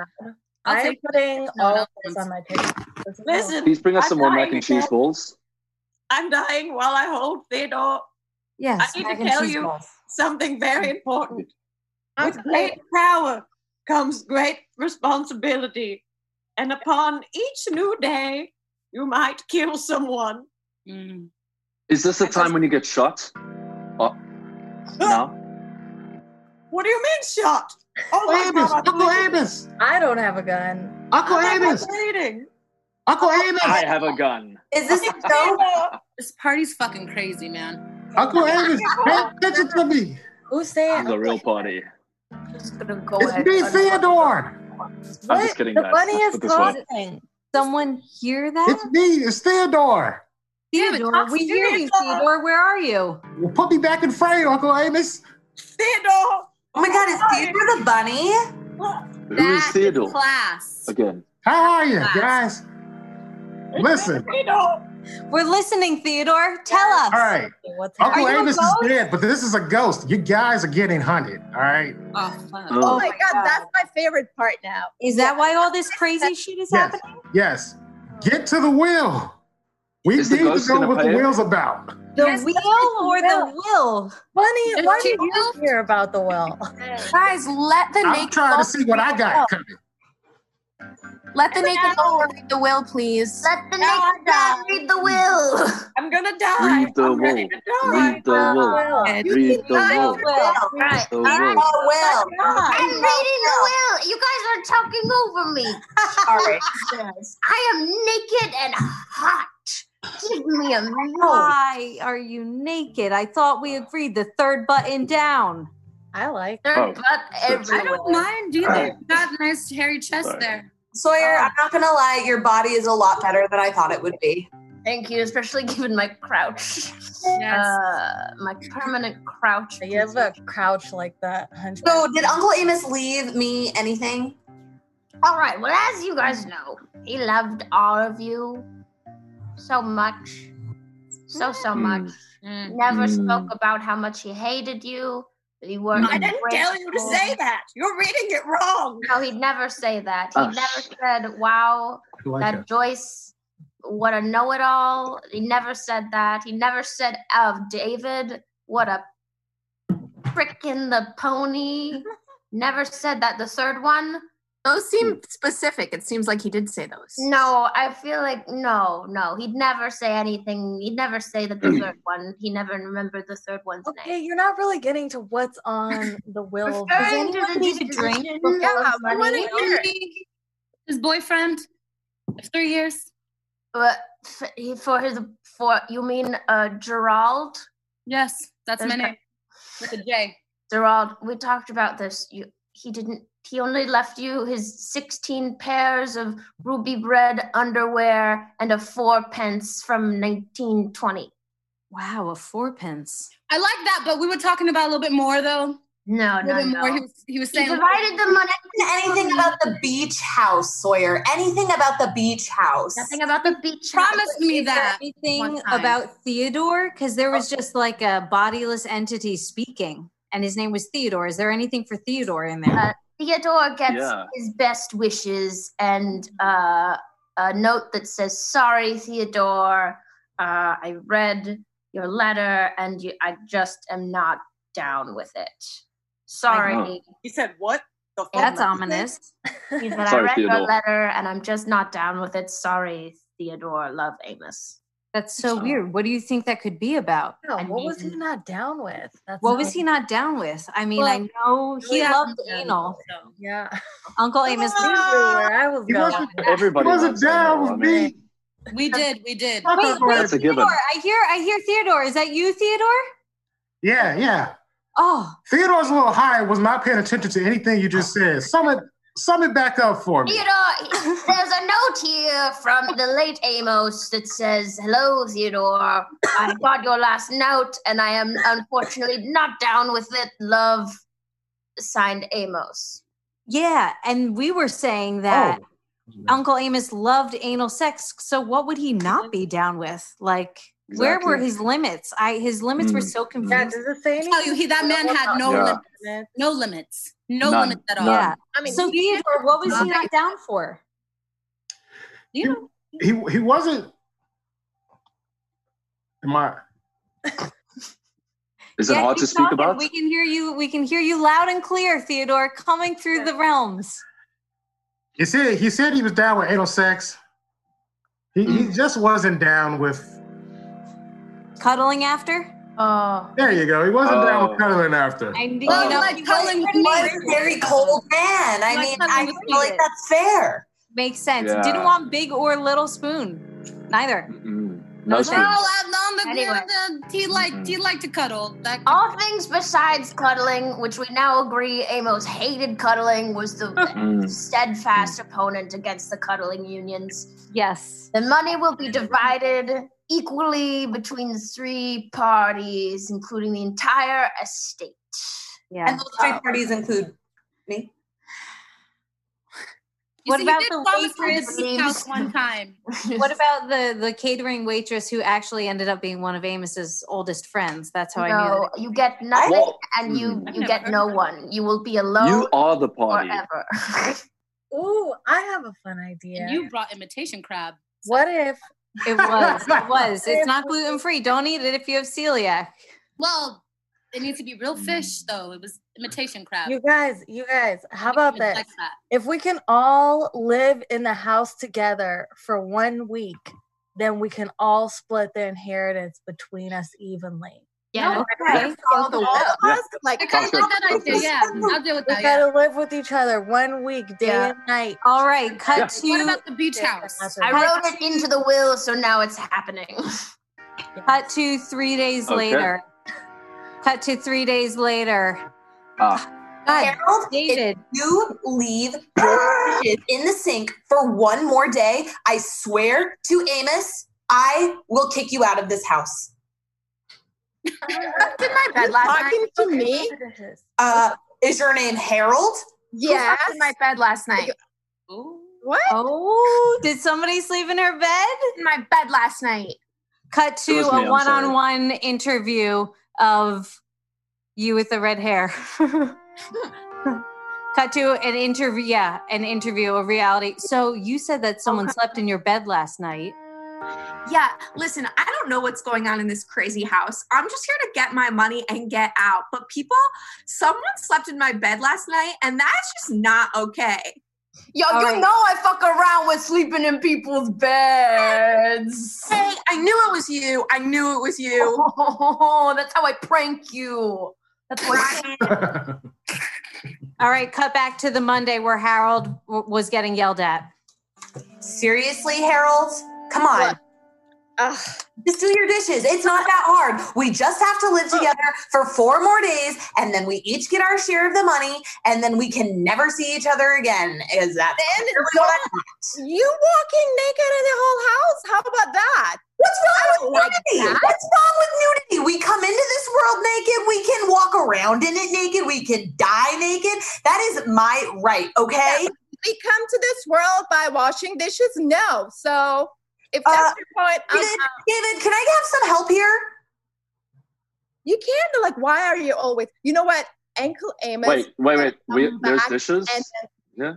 Speaker 6: I'll
Speaker 1: I'm
Speaker 6: take
Speaker 1: putting
Speaker 6: No,
Speaker 1: all
Speaker 6: no
Speaker 1: of this on my table. This is
Speaker 4: Listen.
Speaker 5: Please bring us
Speaker 4: I'm
Speaker 5: some more mac
Speaker 4: dying
Speaker 5: and cheese
Speaker 4: again.
Speaker 5: balls.
Speaker 4: I'm dying while I hold Theodore.
Speaker 2: Yes,
Speaker 4: I need to
Speaker 2: mac and
Speaker 4: tell
Speaker 2: cheese
Speaker 4: you.
Speaker 2: balls.
Speaker 4: Something very important.
Speaker 10: I'm
Speaker 4: With great power comes great responsibility. And upon each new day, you might kill someone.
Speaker 6: Mm.
Speaker 5: Is this the
Speaker 4: I just-
Speaker 5: time when you get shot? Oh, no.
Speaker 4: What do you mean, shot? Oh my
Speaker 11: Uncle Amos!
Speaker 4: God, I'm
Speaker 11: Uncle Amos!
Speaker 1: I don't have a gun.
Speaker 11: Uncle
Speaker 4: bleeding.
Speaker 11: Amos!
Speaker 4: I'm bleeding.
Speaker 11: Uncle Amos!
Speaker 5: I have a gun.
Speaker 9: Is this a show?
Speaker 6: This party's fucking crazy, man.
Speaker 11: Uncle Amos! Pay attention to me!
Speaker 1: Who's saying
Speaker 5: This is a real party.
Speaker 7: just gonna go ahead.
Speaker 11: It's me, Theodore!
Speaker 1: What?
Speaker 5: just kidding,
Speaker 1: The
Speaker 5: guys.
Speaker 1: bunny
Speaker 5: Let's put
Speaker 1: is
Speaker 5: this away.
Speaker 1: coughing.
Speaker 2: Someone hear that?
Speaker 11: It's me, it's Theodore!
Speaker 6: Damn it,
Speaker 2: Theodore,
Speaker 6: talk
Speaker 2: we hear you, Theodore. Where are you?
Speaker 11: Well, put me back in frame, Uncle Amos!
Speaker 4: Theodore.
Speaker 9: Oh my god, is Theodore the bunny?
Speaker 5: Who is
Speaker 6: That
Speaker 5: Theodore?
Speaker 6: class.
Speaker 5: Again.
Speaker 11: How are you, guys? Listen,
Speaker 4: Theodore.
Speaker 2: We're listening, Theodore. Tell us.
Speaker 11: all right.
Speaker 1: What's
Speaker 11: Uncle
Speaker 1: happening?
Speaker 2: Are you a
Speaker 11: Amos is
Speaker 2: ghost?
Speaker 11: dead, but this is a ghost. You guys are getting hunted, all right?
Speaker 6: Oh, fuck.
Speaker 10: Oh,
Speaker 5: Oh,
Speaker 10: my god, that's my favorite part now.
Speaker 2: Is that why all this crazy shit is
Speaker 11: Yes,
Speaker 2: happening?
Speaker 11: yes. Get to the wheel. We
Speaker 5: Is the
Speaker 11: need to
Speaker 5: ghost
Speaker 11: know
Speaker 5: gonna
Speaker 11: what
Speaker 5: pay
Speaker 11: the
Speaker 5: it?
Speaker 11: wheel's about.
Speaker 1: The
Speaker 2: The will or the will?
Speaker 1: Bunny,
Speaker 6: Just
Speaker 1: why
Speaker 6: two
Speaker 1: did you
Speaker 6: elves?
Speaker 1: hear about the well?
Speaker 6: Guys, let the
Speaker 11: I'm
Speaker 6: naked
Speaker 11: trying to see what I got coming.
Speaker 6: let the naked lover read the will, please.
Speaker 9: Let the
Speaker 4: Now naked I'm man done.
Speaker 9: read the will.
Speaker 4: I'm gonna die.
Speaker 5: Read the
Speaker 4: I'm ready
Speaker 5: will.
Speaker 4: to die.
Speaker 5: Read the will.
Speaker 1: Well,
Speaker 6: And
Speaker 5: Read the will.
Speaker 2: Well,
Speaker 9: Right.
Speaker 5: The
Speaker 9: All right.
Speaker 5: will.
Speaker 9: Oh,
Speaker 4: I'm
Speaker 9: reading
Speaker 12: will.
Speaker 9: the
Speaker 12: You guys are talking over me.
Speaker 4: Sorry.
Speaker 12: I am naked and hot. Give me a minute.
Speaker 2: why are you naked? I thought we agreed the third button down.
Speaker 1: I like
Speaker 12: Their
Speaker 5: Oh,
Speaker 12: butt
Speaker 6: I
Speaker 12: everywhere.
Speaker 6: don't mind either. You got a nice hairy chest
Speaker 5: Sorry.
Speaker 6: there.
Speaker 9: Sawyer, I'm not gonna lie, your body is a lot better than I thought it would be.
Speaker 12: Thank you, especially given my crouch.
Speaker 6: Yes.
Speaker 12: Uh, my permanent crouch.
Speaker 1: you have a crouch like that, hunchback.
Speaker 9: So, did Uncle Amos leave me anything?
Speaker 12: All right. Well, as you guys know, he loved all of you so much, so so much.
Speaker 6: Mm.
Speaker 12: Never
Speaker 5: Mm.
Speaker 12: spoke about how much he hated you. That he worked.
Speaker 4: I didn't tell you to say that. You're reading it wrong.
Speaker 12: No, he'd never say that. He
Speaker 5: Oh,
Speaker 12: never
Speaker 5: shit.
Speaker 12: said, "Wow,
Speaker 11: I like
Speaker 12: that
Speaker 11: it.
Speaker 12: Joyce what a know-it-all. He never said that. He never said of David what a frickin' the pony. Never said that. The third one.
Speaker 3: Those seem specific. It seems like he did say those.
Speaker 12: No, I feel like no, no. He'd never say anything. He'd never say that the third one. He never remembered the third one's
Speaker 1: Okay,
Speaker 12: name.
Speaker 1: you're not really getting to what's on the will.
Speaker 12: Referring
Speaker 1: Does
Speaker 12: to
Speaker 1: anyone
Speaker 12: the
Speaker 1: need a drink?
Speaker 12: decision
Speaker 1: before
Speaker 12: of
Speaker 1: we
Speaker 12: money.
Speaker 6: You know me, His boyfriend of three years.
Speaker 12: But f- he- for his for you mean uh Gerald?
Speaker 6: Yes, that's my
Speaker 12: Okay.
Speaker 6: name with a J.
Speaker 12: Gerald, we talked about this. You, he didn't. He only left you his sixteen pairs of ruby red underwear and a fourpence from nineteen twenty.
Speaker 2: Wow, a fourpence.
Speaker 6: I like that, but we were talking about a little bit more though.
Speaker 12: No, no,
Speaker 9: Furthermore,
Speaker 12: no.
Speaker 9: he was- he was
Speaker 12: He
Speaker 9: saying-
Speaker 12: provided the money.
Speaker 9: Anything about the beach house, Sawyer. Anything about the beach house.
Speaker 12: Nothing about the beach.
Speaker 2: Promise me
Speaker 12: that
Speaker 2: anything
Speaker 12: one time.
Speaker 2: about Theodore because there
Speaker 1: Oh.
Speaker 2: was just like a bodiless entity speaking, and his name was Theodore. Is there anything for Theodore in there?
Speaker 12: Theodore gets
Speaker 2: Yeah.
Speaker 12: his best wishes and uh, a note that says, "Sorry, Theodore. Uh, I read your letter, and you, I just am not down with it. Sorry."
Speaker 4: He said, "What the fuck?"
Speaker 12: That's ominous. He said, "I
Speaker 4: Sorry,
Speaker 12: read your
Speaker 4: Theodore.
Speaker 12: letter, and I'm just not down with it. Sorry, Theodore. Love, Amos."
Speaker 2: That's so weird. What do you think that could be about?
Speaker 1: No, what was he not down with? That's
Speaker 2: What
Speaker 1: not-
Speaker 2: was he not down with? I mean, I
Speaker 1: Well,
Speaker 2: know he
Speaker 1: really
Speaker 2: loved
Speaker 1: hasn't been,
Speaker 2: anal.
Speaker 1: Yeah.
Speaker 2: Uncle Amos
Speaker 1: You knew where I was
Speaker 2: He
Speaker 1: going.
Speaker 2: wasn't-
Speaker 5: Everybody
Speaker 2: Wasn't
Speaker 5: loves that.
Speaker 2: was
Speaker 5: me.
Speaker 2: We did, we did.
Speaker 11: That's
Speaker 2: Wait,
Speaker 11: a
Speaker 2: wait,
Speaker 11: word. That's a given.
Speaker 2: Theodore. I hear I hear Theodore. Is that you, Theodore?
Speaker 11: Yeah, yeah.
Speaker 2: Oh.
Speaker 11: Theodore's a little high was not paying attention to anything you just said. Sum it, sum it back up for me.
Speaker 12: Theodore, there's a note here from the late Amos that says, Hello, Theodore. I got your last note and I am unfortunately not down with it. Love, signed Amos.
Speaker 2: Yeah. And we were saying
Speaker 5: Oh,
Speaker 2: that Uncle Amos loved anal sex. So what would he not be down with? Like where were
Speaker 12: Exactly.
Speaker 2: his limits? I his limits were
Speaker 5: Mm.
Speaker 2: so confusing.
Speaker 1: Yeah, does it say anything?
Speaker 6: Tell you, he that man had no
Speaker 5: Yeah.
Speaker 6: limits. No limits. No
Speaker 5: None.
Speaker 6: limits at all.
Speaker 5: None. Yeah.
Speaker 6: I mean,
Speaker 2: so Theodore, what was he
Speaker 6: not
Speaker 2: not down for?
Speaker 6: You
Speaker 11: He he wasn't. Am I?
Speaker 5: Is it hard
Speaker 2: keep
Speaker 5: to speak
Speaker 2: talking.
Speaker 5: about?
Speaker 2: We can hear you. We can hear you loud and clear, Theodore, coming through the realms.
Speaker 11: He said he said he was down with anal sex. He,
Speaker 5: Mm.
Speaker 11: he just wasn't down with.
Speaker 2: Cuddling after.
Speaker 12: Oh.
Speaker 11: There you go. He wasn't down
Speaker 5: Oh.
Speaker 11: with cuddling after.
Speaker 2: I mean,
Speaker 9: Well,
Speaker 2: you know,
Speaker 9: like
Speaker 2: you guys
Speaker 9: cuddling
Speaker 2: couldn't
Speaker 9: was
Speaker 2: agree.
Speaker 9: a very cold man. I
Speaker 2: Like
Speaker 9: mean,
Speaker 2: cuddling
Speaker 9: I
Speaker 2: was
Speaker 9: feel like
Speaker 2: needed.
Speaker 9: that's fair.
Speaker 2: Makes sense.
Speaker 5: Yeah.
Speaker 2: Didn't want big or little spoon. Neither.
Speaker 5: No
Speaker 2: Those
Speaker 5: spoon.
Speaker 2: are-
Speaker 6: on the
Speaker 12: Anyway.
Speaker 6: the- he liked he liked to cuddle. That
Speaker 12: All things besides cuddling, which we now agree Amos hated cuddling, was the
Speaker 5: Mm.
Speaker 12: steadfast opponent against the cuddling unions.
Speaker 2: Yes.
Speaker 12: The money will be divided equally between the three parties, including the entire estate.
Speaker 2: Yeah.
Speaker 9: And those three parties include me.
Speaker 2: What
Speaker 6: see, he
Speaker 2: about
Speaker 6: did
Speaker 2: the
Speaker 6: promise me
Speaker 2: waitress?
Speaker 6: the beach house one time.
Speaker 2: what about the the catering waitress who actually ended up being one of Amos's oldest friends? That's how I knew.
Speaker 12: No,
Speaker 2: that-
Speaker 12: you get nothing,
Speaker 2: Well,
Speaker 12: and you
Speaker 2: I've
Speaker 12: you
Speaker 2: never
Speaker 12: get
Speaker 2: heard
Speaker 12: no
Speaker 2: of that.
Speaker 12: one. You will be alone
Speaker 5: You are the party.
Speaker 12: forever.
Speaker 1: Ooh, I have a fun idea.
Speaker 6: And you brought imitation crab.
Speaker 1: what if
Speaker 2: It was. It was. It's not gluten free. Don't eat it if you have celiac.
Speaker 6: Well, it needs to be real fish though. It was imitation crab.
Speaker 1: You guys, you guys, how about
Speaker 6: even
Speaker 1: this?
Speaker 6: like that.
Speaker 1: If we can all live in the house together for one week, then we can all split the inheritance between us evenly.
Speaker 6: Yeah,
Speaker 1: okay.
Speaker 6: All the
Speaker 1: Yeah.
Speaker 6: us? Like, I kind of
Speaker 1: Sounds
Speaker 6: like that
Speaker 1: good. Sounds
Speaker 6: idea.
Speaker 1: good.
Speaker 6: Yeah, I'll deal with
Speaker 1: We
Speaker 6: that. Yeah.
Speaker 1: gotta live with each other one week, day and night.
Speaker 2: All right, cut
Speaker 1: Yeah.
Speaker 2: to.
Speaker 6: What about the beach house?
Speaker 12: I wrote it into the will, so now it's happening.
Speaker 2: Cut to three days
Speaker 12: Okay.
Speaker 2: later. Cut to three days later.
Speaker 5: Ah.
Speaker 2: God,
Speaker 9: Harold,
Speaker 2: David.
Speaker 9: If you leave your dishes in the sink for one more day, I swear to Amos, I will kick you out of this house.
Speaker 10: in my bed last night. Talking to me?
Speaker 9: Uh, is your name Harold?
Speaker 10: Yeah.
Speaker 9: in my
Speaker 10: bed last night.
Speaker 2: What? Oh, did somebody sleep in her bed?
Speaker 10: In my bed last night.
Speaker 2: Cut
Speaker 10: It
Speaker 2: to
Speaker 10: was me, I'm
Speaker 2: a one on one interview of you with the red hair. Cut to an interview. Yeah, an interview, a reality. So you said that someone slept in your bed last night.
Speaker 3: Yeah, listen, I don't know what's going on in this crazy house. I'm just here to get my money and get out. But people, someone slept in my bed last night, and that's just not okay.
Speaker 12: Yo, you know I fuck around with sleeping in people's beds.
Speaker 3: Hey, I knew it was you. I knew it was you.
Speaker 12: Oh, that's how I prank you. That's why.
Speaker 2: All right, cut back to the Monday where Harold w- was getting yelled at.
Speaker 9: Seriously, Harold? Come on. Just do your dishes. It's not that hard. We just have to live together for four more days and then we each get our share of the money and then we can never see each other again. Is that
Speaker 10: Then
Speaker 9: really what I want?
Speaker 10: You walking naked in the whole house? How about that?
Speaker 9: What's wrong with
Speaker 12: like
Speaker 9: nudity?
Speaker 12: that.
Speaker 9: What's wrong with nudity? We come into this world naked. We can walk around in it naked. We can die naked. That is my right, okay?
Speaker 10: We come to this world by washing dishes? No. So if that's
Speaker 9: Uh,
Speaker 10: your point, I'm
Speaker 9: David,
Speaker 10: out.
Speaker 9: David, can I have some help here?
Speaker 10: You can, but like, why are you always? You know what? Uncle Amos.
Speaker 5: Wait, wait, wait. We,
Speaker 10: come
Speaker 5: there's
Speaker 10: back
Speaker 5: dishes.
Speaker 10: and
Speaker 5: Yeah.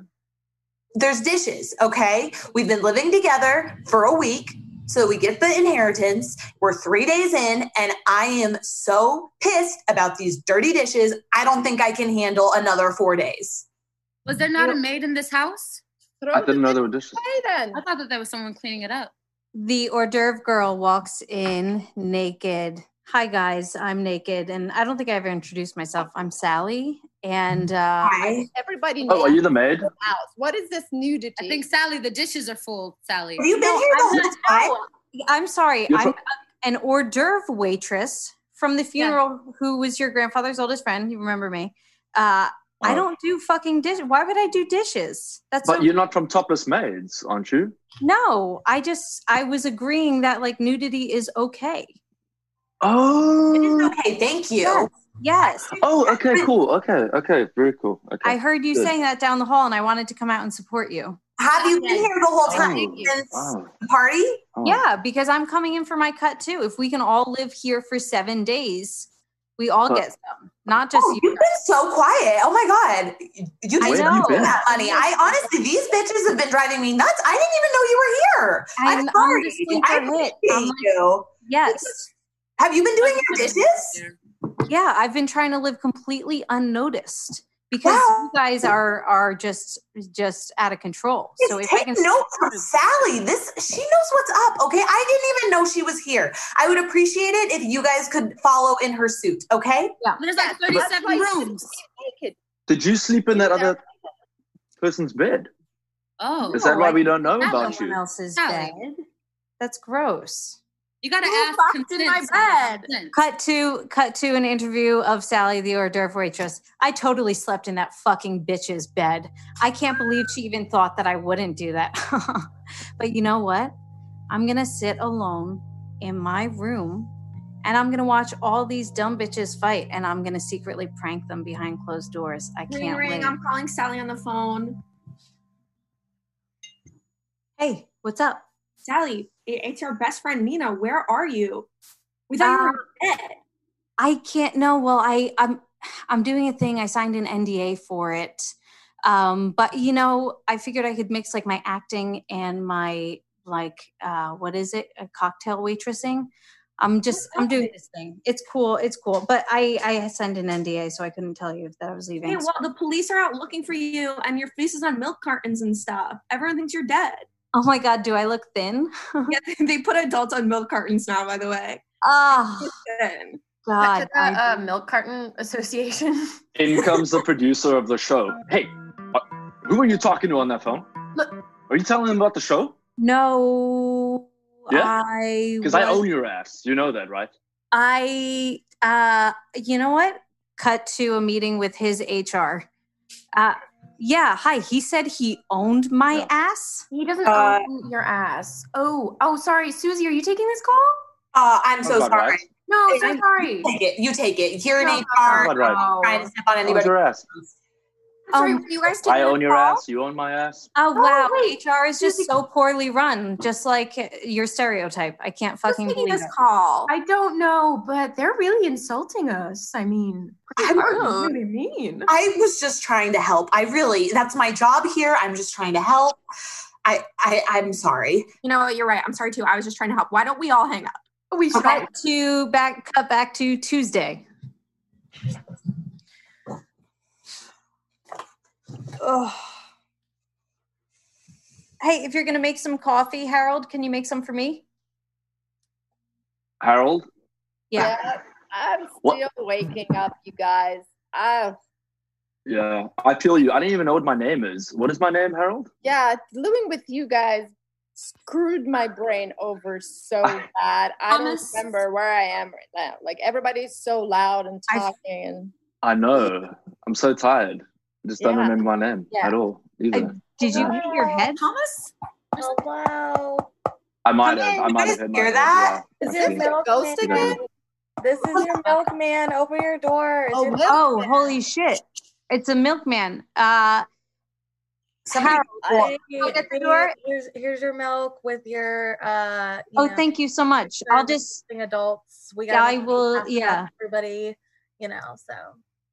Speaker 9: There's dishes, okay? We've been living together for a week. So we get the inheritance. We're three days in, and I am so pissed about these dirty dishes. I don't think I can handle another four days.
Speaker 6: Was there not a maid in this house?
Speaker 5: I didn't know there were dishes.
Speaker 6: I thought that there was someone cleaning it up.
Speaker 2: The hors d'oeuvre girl walks in naked. Hi, guys. I'm naked. And I don't think I ever introduced myself. I'm Sally. And uh,
Speaker 9: Hi.
Speaker 10: Everybody
Speaker 5: Oh, are you the maid?
Speaker 10: house. What is this nudity?
Speaker 6: I think Sally, the dishes are full. Sally,
Speaker 9: Have you been here the whole time?
Speaker 2: I'm sorry.
Speaker 5: You're
Speaker 2: I'm
Speaker 5: fro-
Speaker 2: an hors d'oeuvre waitress from the funeral who was your grandfather's oldest friend. You remember me. Uh, I
Speaker 5: Oh.
Speaker 2: don't do fucking dishes. Why would I do dishes? That's
Speaker 5: But
Speaker 2: so
Speaker 5: you're not from Topless Maids, aren't you?
Speaker 2: No, I just I was agreeing that like nudity is okay.
Speaker 5: Oh.
Speaker 9: Okay, thank you.
Speaker 2: Yes.
Speaker 5: Oh, okay, cool. Okay, okay, very cool. Okay.
Speaker 2: I heard you
Speaker 5: Good.
Speaker 2: saying that down the hall and I wanted to come out and support you.
Speaker 9: Have you been here the whole
Speaker 5: Oh,
Speaker 9: time since
Speaker 5: wow. Oh.
Speaker 9: the party?
Speaker 2: Yeah, because I'm coming in for my cut too. If we can all live here for 7 days, we all
Speaker 5: Huh.
Speaker 2: get some. Not just you.
Speaker 9: Oh, You've been so quiet. Oh my god, you
Speaker 2: I
Speaker 9: guys
Speaker 2: know.
Speaker 9: are that money. I honestly, these bitches have been driving me nuts. I didn't even know you were here. I'm,
Speaker 2: I'm
Speaker 9: sorry.
Speaker 2: honestly
Speaker 9: I
Speaker 2: for hit.
Speaker 9: appreciate
Speaker 2: I'm like,
Speaker 9: you.
Speaker 2: yes.
Speaker 9: Have you been doing your dishes?
Speaker 2: Yeah, I've been trying to live completely unnoticed because you guys are are just just out of control. So if I
Speaker 9: Take
Speaker 2: can
Speaker 9: note from Sally. This she knows what's up. Okay, I didn't even know she was here. I would appreciate it if you guys could follow in her suit. Okay.
Speaker 2: Yeah.
Speaker 6: there's like
Speaker 10: That's why
Speaker 6: thirty-seven
Speaker 10: you
Speaker 6: rooms.
Speaker 5: Did you sleep in that other person's bed?
Speaker 6: Oh,
Speaker 5: Is that why we don't know
Speaker 2: Not
Speaker 5: about
Speaker 2: no one
Speaker 5: you?
Speaker 2: else's
Speaker 6: Sally.
Speaker 2: bed. That's gross.
Speaker 6: You gotta
Speaker 10: Who
Speaker 6: ask
Speaker 10: fucked
Speaker 6: consent.
Speaker 10: in my
Speaker 6: Sally,
Speaker 10: bed?
Speaker 6: consent.
Speaker 2: Cut to cut to an interview of Sally, the hors d'oeuvre waitress. I totally slept in that fucking bitch's bed. I can't believe she even thought that I wouldn't do that. but you know what? I'm gonna sit alone in my room and I'm gonna watch all these dumb bitches fight and I'm gonna secretly prank them behind closed doors. I
Speaker 3: Ring,
Speaker 2: can't
Speaker 3: ring.
Speaker 2: wait.
Speaker 3: I'm calling Sally on the phone.
Speaker 2: Hey, what's up?
Speaker 3: Sally, it- it's your best friend Nina. Where are you? We thought
Speaker 7: Ah,
Speaker 3: you were in bed.
Speaker 2: I can't no, well I I'm I'm doing a thing. I signed an NDA for it. Um but you know, I figured I could mix like my acting and my like uh what is it? A cocktail waitressing. I'm just I'm doing this thing. It's cool. It's cool. But I I signed an NDA so I couldn't tell you that I was leaving.
Speaker 3: Hey, well, the police are out looking for you, and your face is on milk cartons and stuff. Everyone thinks you're dead.
Speaker 2: oh my god, do I look thin?
Speaker 3: yeah, they put adults on milk cartons now, by the way.
Speaker 7: Ah.
Speaker 2: Oh
Speaker 3: Listen,
Speaker 2: god.
Speaker 7: the
Speaker 2: I-
Speaker 7: uh, milk carton association.
Speaker 5: In comes the producer of the show. Hey, uh, who are you talking to on that phone?
Speaker 7: Look-
Speaker 5: Are you telling him about the show?
Speaker 2: no.
Speaker 5: Yeah?
Speaker 2: I
Speaker 5: Because I
Speaker 2: was-
Speaker 5: own your ass. You know that, right?
Speaker 2: I, uh, you know what? Cut to a meeting with his HR. Uh, yeah, hi. He said he owned my
Speaker 5: Yeah.
Speaker 2: ass.
Speaker 7: He doesn't
Speaker 9: Uh,
Speaker 7: own your ass. Oh, oh, sorry, Susie. Are you taking this call?
Speaker 9: Uh, I'm so
Speaker 5: Sounds about
Speaker 9: sorry.
Speaker 5: right.
Speaker 7: No,
Speaker 9: Hey,
Speaker 7: so
Speaker 9: I'm-
Speaker 7: sorry.
Speaker 9: Take it. You take it. Here in
Speaker 7: No,
Speaker 9: HR.
Speaker 5: no, no.
Speaker 9: I'm Trying to step on
Speaker 5: I own
Speaker 9: anybody.
Speaker 5: your ass.
Speaker 7: Sorry,
Speaker 2: Um,
Speaker 7: were you guys taking
Speaker 5: I
Speaker 7: a
Speaker 5: own your
Speaker 7: call?
Speaker 5: ass. You own my ass.
Speaker 2: Oh,
Speaker 7: Oh,
Speaker 2: wow.
Speaker 7: wait.
Speaker 2: HR is just
Speaker 7: Susie-
Speaker 2: so poorly run, just like your stereotype. I can't
Speaker 3: who's
Speaker 2: fucking
Speaker 3: taking
Speaker 2: believe
Speaker 3: this
Speaker 2: it.
Speaker 3: call?
Speaker 7: I don't know, but they're really insulting us. I mean,
Speaker 9: I'm
Speaker 3: rude.
Speaker 7: really mean.
Speaker 9: I was just trying to help. I really, that's my job here. I'm just trying to help. I, I I'm sorry.
Speaker 3: You know what? You're right. I'm sorry too. I was just trying to help. Why don't we all hang up?
Speaker 7: We should.
Speaker 2: Cut to back, cut back to Tuesday. Ugh. Hey, if you're going to make some coffee, Harold, can you make some for me?
Speaker 5: Harold?
Speaker 2: Yeah.
Speaker 10: I'm still
Speaker 5: What?
Speaker 10: waking up, you guys. Oh,
Speaker 5: Yeah. I feel you. I didn't even know what my name is. What is my name, Harold?
Speaker 10: yeah. Living with you guys screwed my brain over so bad. I don't
Speaker 6: Thomas?
Speaker 10: remember where I am right now. Like, everybody's so loud and
Speaker 2: I-
Speaker 10: talking. And
Speaker 5: I know. I'm so tired. I just don't
Speaker 10: Yeah.
Speaker 5: remember my name
Speaker 2: Yeah.
Speaker 5: at all either.
Speaker 2: Did you hit your head?
Speaker 6: Thomas.
Speaker 3: Hello.
Speaker 5: I might have. I might have had my
Speaker 1: hear
Speaker 5: head
Speaker 1: that?
Speaker 5: wrong,
Speaker 1: Is this
Speaker 5: actually.
Speaker 1: the ghost
Speaker 5: You know,
Speaker 1: again? This is your milkman. Open your door. It's
Speaker 2: Oh,
Speaker 1: your
Speaker 2: oh, holy shit. It's a milkman. Uh, Harold,
Speaker 1: Hey,
Speaker 2: look at the
Speaker 1: hey,
Speaker 2: door.
Speaker 1: Here's here's your milk with your uh. You
Speaker 2: Oh,
Speaker 1: know,
Speaker 2: thank you so much. I'll just,
Speaker 1: being adults. We
Speaker 2: Yeah,
Speaker 1: got.
Speaker 2: I will- yeah.
Speaker 1: Everybody, you know. So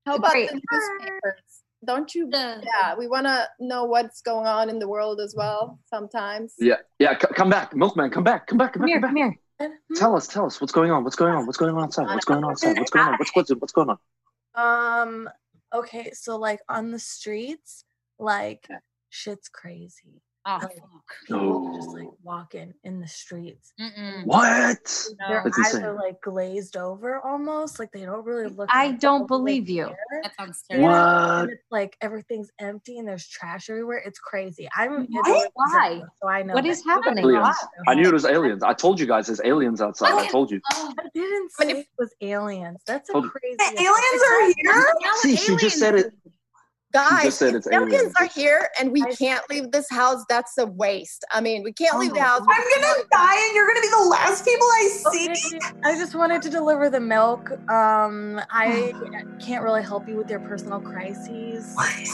Speaker 10: How about the newspapers? Don't you? Yeah, we want to know what's going on in the world as well sometimes.
Speaker 5: Yeah, yeah. c- come back, milkman. Come back. Come back. Come, back. Come
Speaker 2: here.
Speaker 5: Tell us. Tell us what's going on. What's going on? What's going on outside? What's going on outside? What's going on? What's what's what's going on?
Speaker 1: Um. Okay, so like on the streets, like shit's crazy.
Speaker 2: Ah,
Speaker 6: Oh,
Speaker 1: Like, people
Speaker 5: No.
Speaker 1: just like walking in the streets.
Speaker 5: What?
Speaker 1: Their
Speaker 5: That's
Speaker 1: eyes
Speaker 5: insane.
Speaker 1: are like glazed over
Speaker 9: Oh
Speaker 1: almost. Like they don't really look.
Speaker 2: I
Speaker 1: like,
Speaker 2: don't
Speaker 1: all the way
Speaker 2: believe you.
Speaker 1: there.
Speaker 6: That sounds
Speaker 1: Yeah, and
Speaker 5: What?
Speaker 1: it's like everything's empty and there's trash everywhere. It's crazy. I'm
Speaker 2: What?
Speaker 1: it's-
Speaker 2: Why?
Speaker 1: So I know
Speaker 2: What
Speaker 1: that.
Speaker 2: is happening?
Speaker 5: Aliens. I knew it was aliens. I told you guys there's aliens outside. I told you.
Speaker 6: Oh,
Speaker 1: I didn't say it was aliens. That's a
Speaker 5: Told you.
Speaker 1: crazy.
Speaker 9: The aliens are here?
Speaker 5: See, she just said it.
Speaker 10: Guys,
Speaker 5: just said
Speaker 10: if
Speaker 5: it's
Speaker 10: aliens
Speaker 5: aliens.
Speaker 10: are here and we can't leave this house. That's a waste. I mean, we can't leave the house.
Speaker 9: I'm gonna die, and you're gonna be the last people I
Speaker 1: see. I just wanted to deliver the milk. Um, I can't really help you with your personal crises,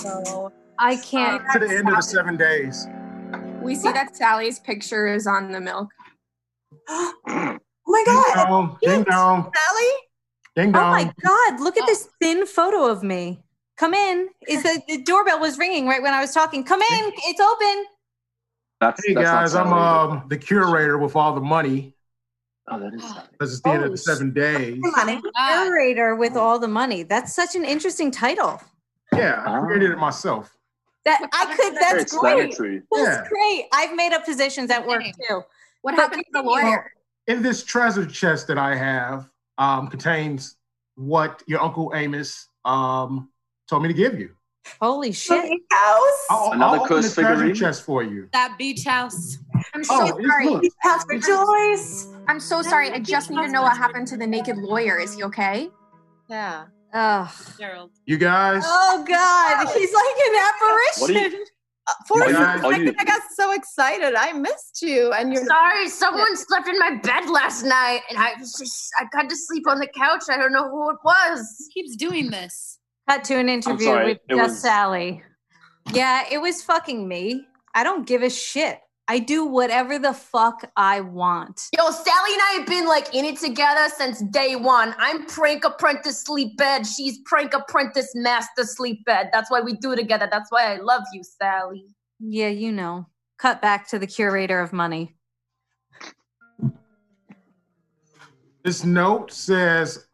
Speaker 1: so
Speaker 2: I
Speaker 10: can't-
Speaker 11: To the end of the seven days.
Speaker 3: We see that Sally's picture is on the milk.
Speaker 9: Oh my
Speaker 11: god! Ding dong, ding dong,
Speaker 10: Sally?
Speaker 11: ding
Speaker 2: Oh my
Speaker 11: dong.
Speaker 2: Oh God, look at this thin photo of me. Come in. Is the, the doorbell was ringing right when I was talking. Come in. It's open.
Speaker 5: That's,
Speaker 11: hey
Speaker 5: that's not
Speaker 11: guys, I'm
Speaker 5: Sally.
Speaker 11: um, the curator with all the money.
Speaker 5: Oh, that is.
Speaker 11: Because it's the
Speaker 12: Oh,
Speaker 11: end of the seven days.
Speaker 2: Curator with all the money. That's such an interesting title.
Speaker 11: Yeah, I created it myself.
Speaker 2: That I could.
Speaker 11: Very
Speaker 2: That's great.
Speaker 11: explanatory.
Speaker 2: That's
Speaker 11: Yeah.
Speaker 2: great. I've made up positions at work too.
Speaker 3: What
Speaker 2: happened to the lawyer?
Speaker 11: In this treasure chest that I have um, contains what your uncle Amos um, told me to give you.
Speaker 2: Holy shit!
Speaker 9: House.
Speaker 11: I'll,
Speaker 5: Another
Speaker 11: I'll open
Speaker 5: cursed
Speaker 11: this treasure
Speaker 5: figurine?
Speaker 11: chest for you.
Speaker 6: That beach house.
Speaker 3: I'm so
Speaker 11: Oh, it's-
Speaker 3: sorry.
Speaker 11: look.
Speaker 9: House for Joyce.
Speaker 3: I'm so sorry. I just need to know what happened to the naked lawyer. Is he okay?
Speaker 10: Yeah.
Speaker 2: Ugh.
Speaker 6: Gerald.
Speaker 11: You guys.
Speaker 2: Oh God, he's like
Speaker 11: What do
Speaker 2: an apparition.
Speaker 12: uh,
Speaker 10: For
Speaker 11: You
Speaker 10: a
Speaker 11: guys-
Speaker 10: second,
Speaker 11: Are you-
Speaker 10: I got so excited. I missed you, and you're
Speaker 12: Sorry, someone slept in my bed last night, and I was just I got to sleep on the couch. I don't know who it was.
Speaker 6: Keeps doing this.
Speaker 2: Cut to an interview
Speaker 5: sorry,
Speaker 2: with
Speaker 5: it
Speaker 2: just
Speaker 5: was-
Speaker 2: Sally. Yeah, it was fucking me. I don't give a shit. I do whatever the fuck I want.
Speaker 12: Yo, Sally and I have been like in it together since day one. I'm prank apprentice sleep bed. She's prank apprentice master sleep bed. That's why we do it together. That's why I love you, Sally.
Speaker 2: Yeah, you know. Cut back to the curator of money.
Speaker 11: This note says,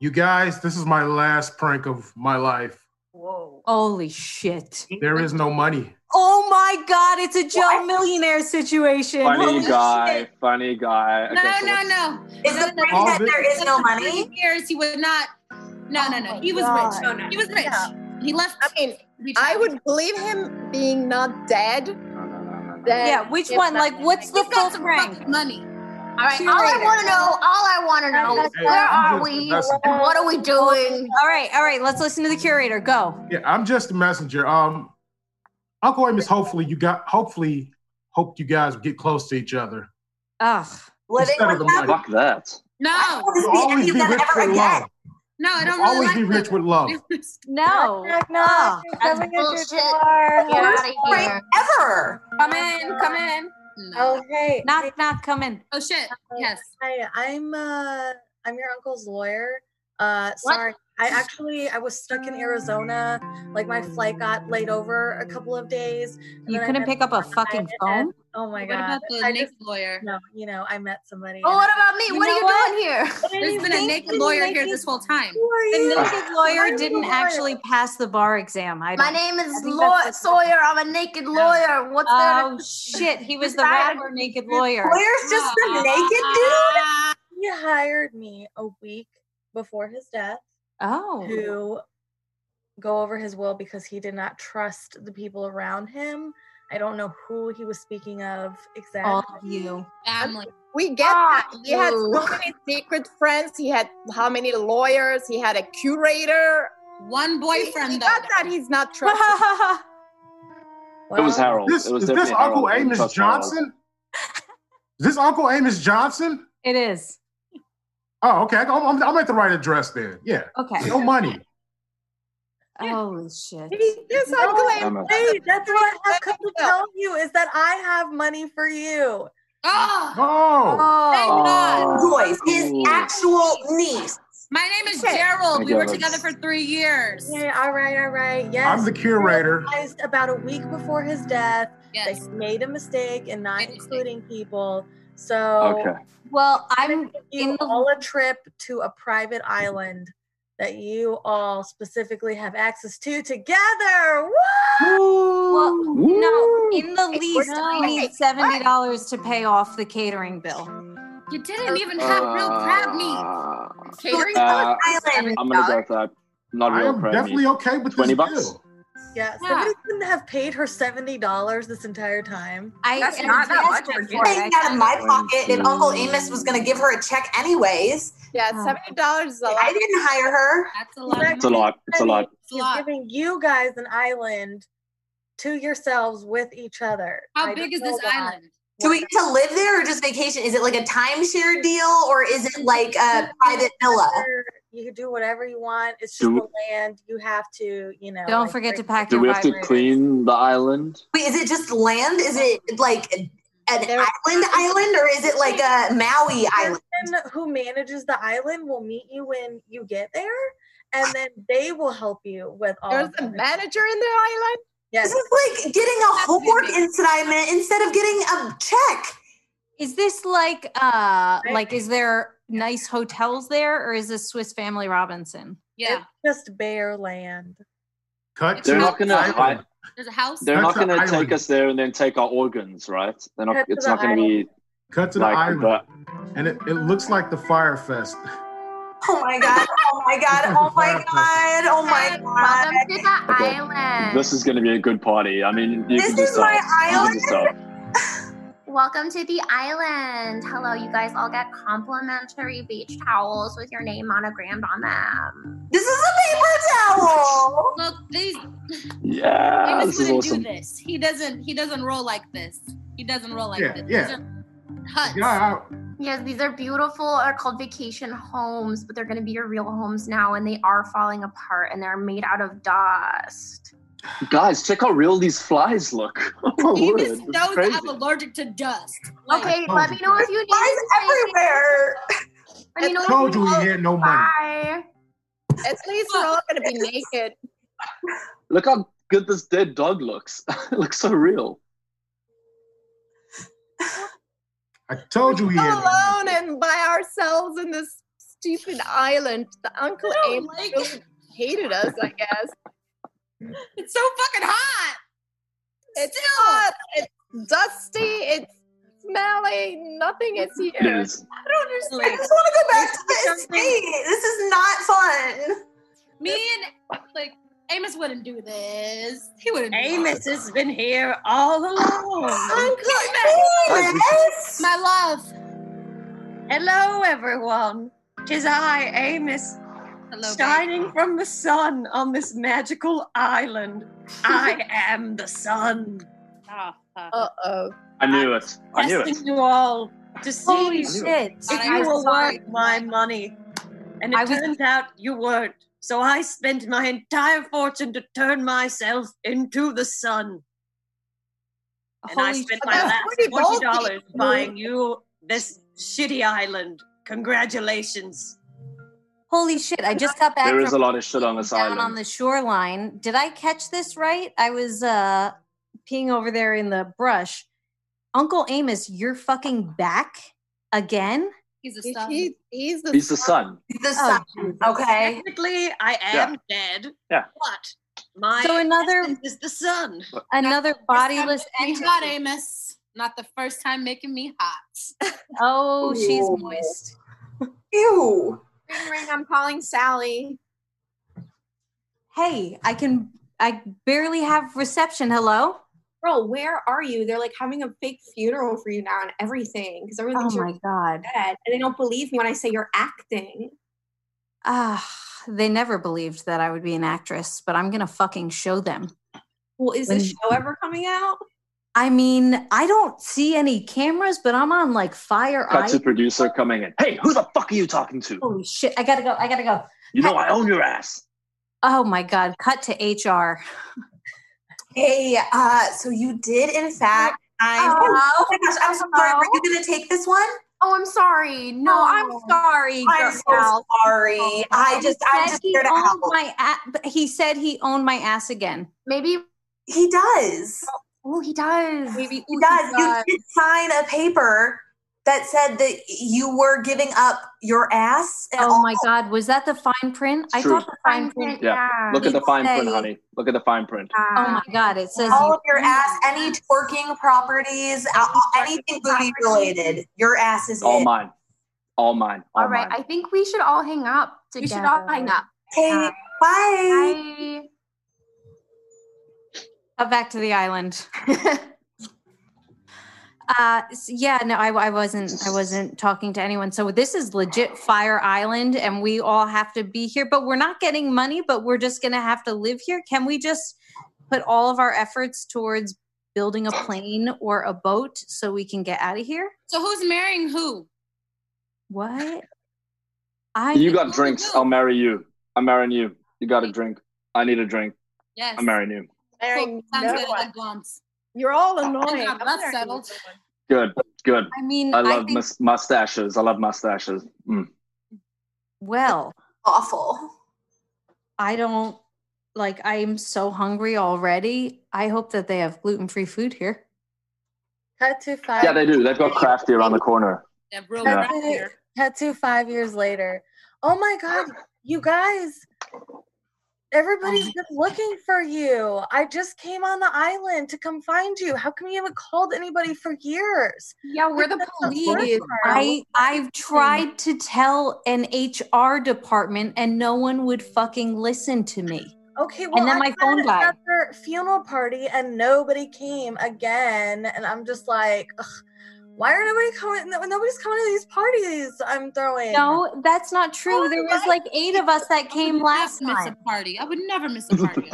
Speaker 11: "You guys, this is my last prank of my life.
Speaker 2: Holy shit!
Speaker 11: There is no money.
Speaker 2: Oh my God, it's a Joe millionaire situation. Holy
Speaker 5: Funny guy.
Speaker 2: shit.
Speaker 5: Funny guy. Okay,
Speaker 6: No,
Speaker 5: so
Speaker 6: no,
Speaker 5: what's-
Speaker 6: no.
Speaker 9: Is
Speaker 6: no,
Speaker 9: the point that there is no money? Oh
Speaker 6: Years he was not. No, no, no. He was rich. No, no. He was rich. He left.
Speaker 10: I mean, I would believe him being not dead.
Speaker 2: Yeah, which one? Like, what's the full prank?
Speaker 6: Money.
Speaker 12: All right, all I want to know, all I want to know is
Speaker 11: Hey,
Speaker 12: where
Speaker 11: I'm
Speaker 12: are
Speaker 11: just
Speaker 12: we
Speaker 11: a messenger.
Speaker 12: and what are we doing?
Speaker 2: All right, all right. Let's listen to the curator. Go.
Speaker 11: Yeah, I'm just a messenger. Um, Uncle Amos, hopefully you got, hopefully, hoped you guys get close to each other.
Speaker 2: Ugh.
Speaker 9: Living
Speaker 11: Instead of the money.
Speaker 5: Fuck that.
Speaker 6: No,
Speaker 11: You'll always be rich with love.
Speaker 6: no, I don't
Speaker 11: You'll
Speaker 6: really
Speaker 11: always
Speaker 6: like
Speaker 11: be rich with love.
Speaker 2: No.
Speaker 1: Knock, knock,
Speaker 2: Ugh.
Speaker 12: That's
Speaker 1: who's coming at your
Speaker 12: bullshit.
Speaker 1: door?
Speaker 12: Get out of here.
Speaker 9: Ever.
Speaker 3: Come in, come in.
Speaker 1: Okay.
Speaker 2: Knock, knock, come in.
Speaker 6: Oh shit. Yes.
Speaker 1: Hi, I'm uh I'm your uncle's lawyer. Uh
Speaker 6: What?
Speaker 1: sorry. I actually I was stuck in Arizona. Like my flight got laid over a couple of days. and
Speaker 2: You
Speaker 1: then I
Speaker 2: couldn't
Speaker 1: met
Speaker 2: pick up a fucking
Speaker 1: somebody and-
Speaker 2: phone?
Speaker 1: oh my
Speaker 6: What
Speaker 1: god.
Speaker 6: about the
Speaker 1: I
Speaker 6: naked
Speaker 1: just-
Speaker 6: lawyer?
Speaker 1: no, you know, I met somebody.
Speaker 12: Well,
Speaker 1: and-
Speaker 12: what about me?
Speaker 2: You
Speaker 12: what are
Speaker 2: know
Speaker 12: you
Speaker 2: what?
Speaker 12: doing here?
Speaker 6: There's been a naked lawyer here this whole time.
Speaker 2: The
Speaker 1: you?
Speaker 2: naked lawyer
Speaker 1: I'm
Speaker 2: didn't
Speaker 1: the lawyer.
Speaker 2: actually pass the bar exam. I
Speaker 12: My
Speaker 2: don't.
Speaker 12: name is
Speaker 2: think
Speaker 12: Law-
Speaker 2: that's
Speaker 12: Sawyer. I'm a naked lawyer. What's there?
Speaker 2: Oh
Speaker 12: to-
Speaker 2: shit! He was the
Speaker 12: Decide.
Speaker 2: rapper naked lawyer.
Speaker 9: Lawyer's just the naked dude?
Speaker 2: Ah.
Speaker 1: He hired me a week before his death
Speaker 2: Oh,
Speaker 1: to go over his will because he did not trust the people around him. I don't know who he was speaking of exactly.
Speaker 2: all of you.
Speaker 6: Family.
Speaker 10: We get
Speaker 12: Ah,
Speaker 10: that. He had so
Speaker 12: you.
Speaker 10: many secret friends. He had how many lawyers? He had a curator.
Speaker 6: One
Speaker 10: We
Speaker 6: boyfriend though.
Speaker 10: got that he's not trusted.
Speaker 2: oh
Speaker 5: It was Harold.
Speaker 11: This
Speaker 5: it was
Speaker 11: is this
Speaker 5: definitely
Speaker 11: Uncle
Speaker 5: Harold.
Speaker 11: Amos
Speaker 5: Trust Harold.
Speaker 11: Johnson? Is this Uncle Amos Johnson?
Speaker 2: It is.
Speaker 11: Oh, okay. I'm, I'm, I'm at the right address then. Yeah.
Speaker 2: Okay.
Speaker 11: No money.
Speaker 2: Holy shit.
Speaker 1: Yes,
Speaker 11: I'm glad- I'm a-
Speaker 1: that's what I've come to tell you is that I have money for you.
Speaker 2: Ah.
Speaker 6: Oh,
Speaker 1: Thank
Speaker 6: God.
Speaker 9: Joyce, his actual niece.
Speaker 6: My name is
Speaker 1: Okay.
Speaker 6: Gerald. We
Speaker 11: Thank
Speaker 6: were
Speaker 11: God.
Speaker 6: together for three years.
Speaker 1: Yeah, all right, all right. Yes.
Speaker 11: I'm the curator.
Speaker 1: realized about a week before his death that he made a mistake in not including people. So
Speaker 5: Okay.
Speaker 2: Well, I'm
Speaker 1: you all a trip to a private island that you all specifically have access to together. Woo!
Speaker 2: Well, no, in the least, I need seventy dollars to pay off the catering bill.
Speaker 6: You didn't even have real crab meat.
Speaker 5: Uh, I'm gonna go with that. Not
Speaker 11: I
Speaker 5: real
Speaker 11: am
Speaker 5: crab
Speaker 11: definitely
Speaker 5: meat.
Speaker 11: okay with
Speaker 5: twenty
Speaker 11: this
Speaker 5: bucks.
Speaker 1: Yeah, somebody couldn't have paid her seventy dollars this entire time.
Speaker 2: I
Speaker 9: That's and not that that's much for just Gary. taken out of my pocket, and Uncle Amos was gonna give her a check anyways.
Speaker 10: Yeah,
Speaker 2: Oh.
Speaker 10: seventy dollars is a lot.
Speaker 9: I didn't hire her.
Speaker 6: That's a
Speaker 1: lot.
Speaker 5: It's a lot. It's a lot.
Speaker 1: He's giving you guys an island to yourselves with each other.
Speaker 6: How
Speaker 1: I
Speaker 6: big
Speaker 1: don't
Speaker 6: is this
Speaker 1: know why.
Speaker 6: island?
Speaker 9: Do we get to live there or just vacation? Is it like a timeshare deal or is it like a private villa?
Speaker 1: You can do whatever you want. It's just
Speaker 5: Do-
Speaker 1: the land. You have to, you know.
Speaker 2: Don't
Speaker 1: like,
Speaker 2: forget to
Speaker 1: break-
Speaker 2: pack
Speaker 5: Do
Speaker 2: your
Speaker 5: we have to
Speaker 2: vibrator.
Speaker 5: clean the island?
Speaker 9: Wait, is it just land? Is it like an island island or is it like a Maui island?
Speaker 1: The person who manages the island will meet you when you get there, and then they will help you with all.
Speaker 10: There's a manager in the island.
Speaker 1: Yes.
Speaker 9: This is like getting a homework assignment instead of getting a check.
Speaker 2: Is this like uh like is there nice hotels there or is this Swiss Family Robinson?
Speaker 6: Yeah.
Speaker 1: just bare land.
Speaker 11: Cut
Speaker 5: They're
Speaker 11: to
Speaker 5: not gonna.
Speaker 11: the
Speaker 5: hide-
Speaker 6: There's a house.
Speaker 5: they're not
Speaker 11: That's
Speaker 5: going
Speaker 11: the
Speaker 5: to take
Speaker 11: island.
Speaker 5: us there and then take our organs, right? They're not.
Speaker 1: Cut to
Speaker 5: It's
Speaker 1: the
Speaker 5: not going to be
Speaker 11: Cut to the
Speaker 5: like
Speaker 11: island.
Speaker 5: that.
Speaker 11: And it, it looks like the Fire Fest.
Speaker 9: Oh my god. Oh my god. Oh my god. Oh my god.
Speaker 12: Welcome to the
Speaker 5: Okay.
Speaker 12: island.
Speaker 5: This is going to be a good party. I mean, you
Speaker 9: This
Speaker 5: can just
Speaker 9: is
Speaker 5: tell.
Speaker 9: my
Speaker 5: You can just tell.
Speaker 12: Welcome to the island. Hello, you guys all get complimentary beach towels with your name monogrammed on them.
Speaker 9: This is a paper towel.
Speaker 6: Look, these
Speaker 5: Yeah,
Speaker 6: Amos
Speaker 5: this is
Speaker 6: wouldn't
Speaker 5: awesome.
Speaker 6: do this. He doesn't. He doesn't roll like this. He doesn't roll like
Speaker 11: Yeah,
Speaker 6: this.
Speaker 11: yeah.
Speaker 6: These are huts.
Speaker 11: Yeah,
Speaker 12: Yes, these are beautiful. Are called vacation homes, but they're going to be your real homes now, and they are falling apart, and they're made out of dust.
Speaker 5: Guys, check how real these flies look. Oh, my word.
Speaker 6: Amos
Speaker 5: This is
Speaker 6: knows
Speaker 5: crazy.
Speaker 6: I'm allergic to dust. Like,
Speaker 12: Okay, let me know if you need.
Speaker 9: everywhere.
Speaker 12: Let me know
Speaker 11: I
Speaker 12: if
Speaker 11: told you
Speaker 12: need-
Speaker 11: he had no money.
Speaker 12: Bye.
Speaker 10: At least we're all gonna be naked.
Speaker 5: Look how good this dead dog looks. it looks so real.
Speaker 11: I told you he had no money.
Speaker 10: Alone and by ourselves in this stupid island. The Uncle Amos really hated us, I guess.
Speaker 6: it's so fucking hot.
Speaker 10: It's
Speaker 6: Still.
Speaker 10: hot. It's dusty. It's smelly. Nothing is here.
Speaker 5: It is.
Speaker 10: I don't understand.
Speaker 9: I just want to go back to the estate. This is not fun.
Speaker 6: Me and like Amos wouldn't do this. He wouldn't. do
Speaker 4: Amos has been here all along.
Speaker 9: Uncle
Speaker 5: Guys, we
Speaker 9: Amos!
Speaker 6: this. My love.
Speaker 4: Hello, everyone. Tis I, Amos,
Speaker 6: Hello.
Speaker 4: shining from the sun on this magical island. I am the sun.
Speaker 2: Ah.
Speaker 10: Uh oh.
Speaker 5: I knew it. I knew it.
Speaker 4: testing you all to see
Speaker 2: Holy
Speaker 4: if
Speaker 2: shit.
Speaker 4: you were worth my money. And it
Speaker 2: I was-
Speaker 4: turned out you weren't. So I spent my entire fortune to turn myself into the sun. And I
Speaker 2: Holy
Speaker 4: spent
Speaker 2: shit.
Speaker 4: my
Speaker 2: That's
Speaker 4: last
Speaker 10: pretty bold,
Speaker 4: twenty dollars
Speaker 10: Kate.
Speaker 4: buying you this shitty island. Congratulations.
Speaker 2: Holy shit. I just got back
Speaker 5: There is
Speaker 2: from
Speaker 5: a lot of shit on this
Speaker 2: down on
Speaker 5: island.
Speaker 2: the shoreline. Did I catch this right? I was uh peeing over there in the brush. Uncle Amos, you're fucking back again?
Speaker 6: He's a star.
Speaker 10: He, he's the
Speaker 5: He's the sun.
Speaker 2: Oh,
Speaker 9: The sun. Okay.
Speaker 4: Technically, I am dead.
Speaker 5: Yeah.
Speaker 4: But my
Speaker 2: So another
Speaker 4: essence is the sun.
Speaker 2: another bodiless
Speaker 6: You
Speaker 2: entity.
Speaker 6: got Amos. Not the first time making me hot.
Speaker 2: Oh, she's
Speaker 9: Ooh.
Speaker 2: moist.
Speaker 9: Ew.
Speaker 10: ring ring. I'm calling Sally.
Speaker 2: Hey, I can I barely have reception. Hello?
Speaker 13: girl, where are you? They're like having a fake funeral for you now and everything because
Speaker 2: Oh
Speaker 13: everything's
Speaker 2: my
Speaker 13: your
Speaker 2: god.
Speaker 13: dead. And they don't believe me when I say you're acting.
Speaker 2: Ah, they never believed that I would be an actress, but I'm gonna fucking show them.
Speaker 13: Well, is
Speaker 2: When-
Speaker 13: this show ever coming out?
Speaker 2: I mean, I don't see any cameras, but I'm on like Fire
Speaker 5: Cut to
Speaker 2: Eye.
Speaker 5: producer coming in. Hey, who the fuck are you talking to?
Speaker 2: Holy shit! I gotta go. I gotta go.
Speaker 5: You know I own your ass.
Speaker 2: Oh my god! Cut to HR.
Speaker 9: Hey, uh, so you did in fact. I
Speaker 2: Oh.
Speaker 9: oh my gosh, I'm so sorry. Are you gonna take this one? Oh,
Speaker 12: Oh, I'm sorry. No, I'm sorry.
Speaker 9: I'm so
Speaker 12: girl.
Speaker 9: sorry. I just, I'm
Speaker 2: Said
Speaker 9: just
Speaker 2: Oh, he
Speaker 9: here to
Speaker 2: owned
Speaker 9: help.
Speaker 2: My a- but he said he owned my ass again.
Speaker 12: Maybe
Speaker 9: He does.
Speaker 12: Oh, he does.
Speaker 2: Maybe ooh,
Speaker 9: He does. You did sign a paper that said that you were giving up your ass. And
Speaker 2: Oh my god, was that the fine print? I
Speaker 5: True.
Speaker 2: thought the fine print.
Speaker 5: Yeah. Look at the
Speaker 2: did
Speaker 5: fine print,
Speaker 2: say-
Speaker 5: honey. Look at the fine print.
Speaker 2: Oh my god, it says
Speaker 9: all
Speaker 2: you
Speaker 9: of your ass, any twerking properties, uh, anything booty related, your ass is
Speaker 5: All
Speaker 9: it.
Speaker 5: mine. All mine. All,
Speaker 2: Oh
Speaker 12: All right.
Speaker 5: mine.
Speaker 12: I think we should all hang up
Speaker 9: We
Speaker 12: together.
Speaker 9: should all
Speaker 12: hang up.
Speaker 9: Okay. Bye.
Speaker 12: Bye.
Speaker 2: Cut back to the island. uh s- yeah, no, I, I wasn't I wasn't talking to anyone. So this is legit Fire Island and we all have to be here, but we're not getting money, but we're just gonna have to live here. Can we just put all of our efforts towards building a plane or a boat so we can get out of here?
Speaker 6: So who's marrying who?
Speaker 2: What? I
Speaker 5: you got drinks. I'll marry you. I'm marrying you. You got a drink. I need a drink.
Speaker 6: Yes.
Speaker 5: I'm marrying you.
Speaker 10: Marrying
Speaker 6: Sounds
Speaker 10: no
Speaker 6: good
Speaker 10: one.
Speaker 6: at once.
Speaker 10: You're all
Speaker 6: Oh
Speaker 10: annoying.
Speaker 6: Yeah,
Speaker 10: I'm
Speaker 6: that's
Speaker 10: marrying
Speaker 6: settled.
Speaker 10: no one.
Speaker 5: Good. Good.
Speaker 2: I mean,
Speaker 5: I
Speaker 2: I
Speaker 5: love
Speaker 2: think-
Speaker 5: mus- mustaches. I love mustaches. Mm.
Speaker 2: Well,
Speaker 9: awful.
Speaker 2: I don't like I'm so hungry already. I hope that they have gluten-free food here.
Speaker 1: Cut to five.
Speaker 5: Yeah, they do. They've got crafty around the corner.
Speaker 1: Cut
Speaker 5: Yeah.
Speaker 1: to, cut to five years later. Oh my god, you guys. Everybody's been looking for you. I just came on the island to come find you. How come you haven't called anybody for years?
Speaker 12: Yeah, we're the police.
Speaker 2: I I've tried to tell an HR department and no one would fucking listen to me.
Speaker 1: Okay,
Speaker 2: And
Speaker 1: well,
Speaker 2: then
Speaker 1: I
Speaker 2: my
Speaker 1: had
Speaker 2: phone died.
Speaker 1: another funeral party and nobody came again, and I'm just like, ugh, why are nobody coming? no- Nobody's coming to these parties I'm throwing. Oh
Speaker 2: No, that's not true. There was like eight of us that came last
Speaker 6: Miss a
Speaker 2: time.
Speaker 6: party. I would never miss a party.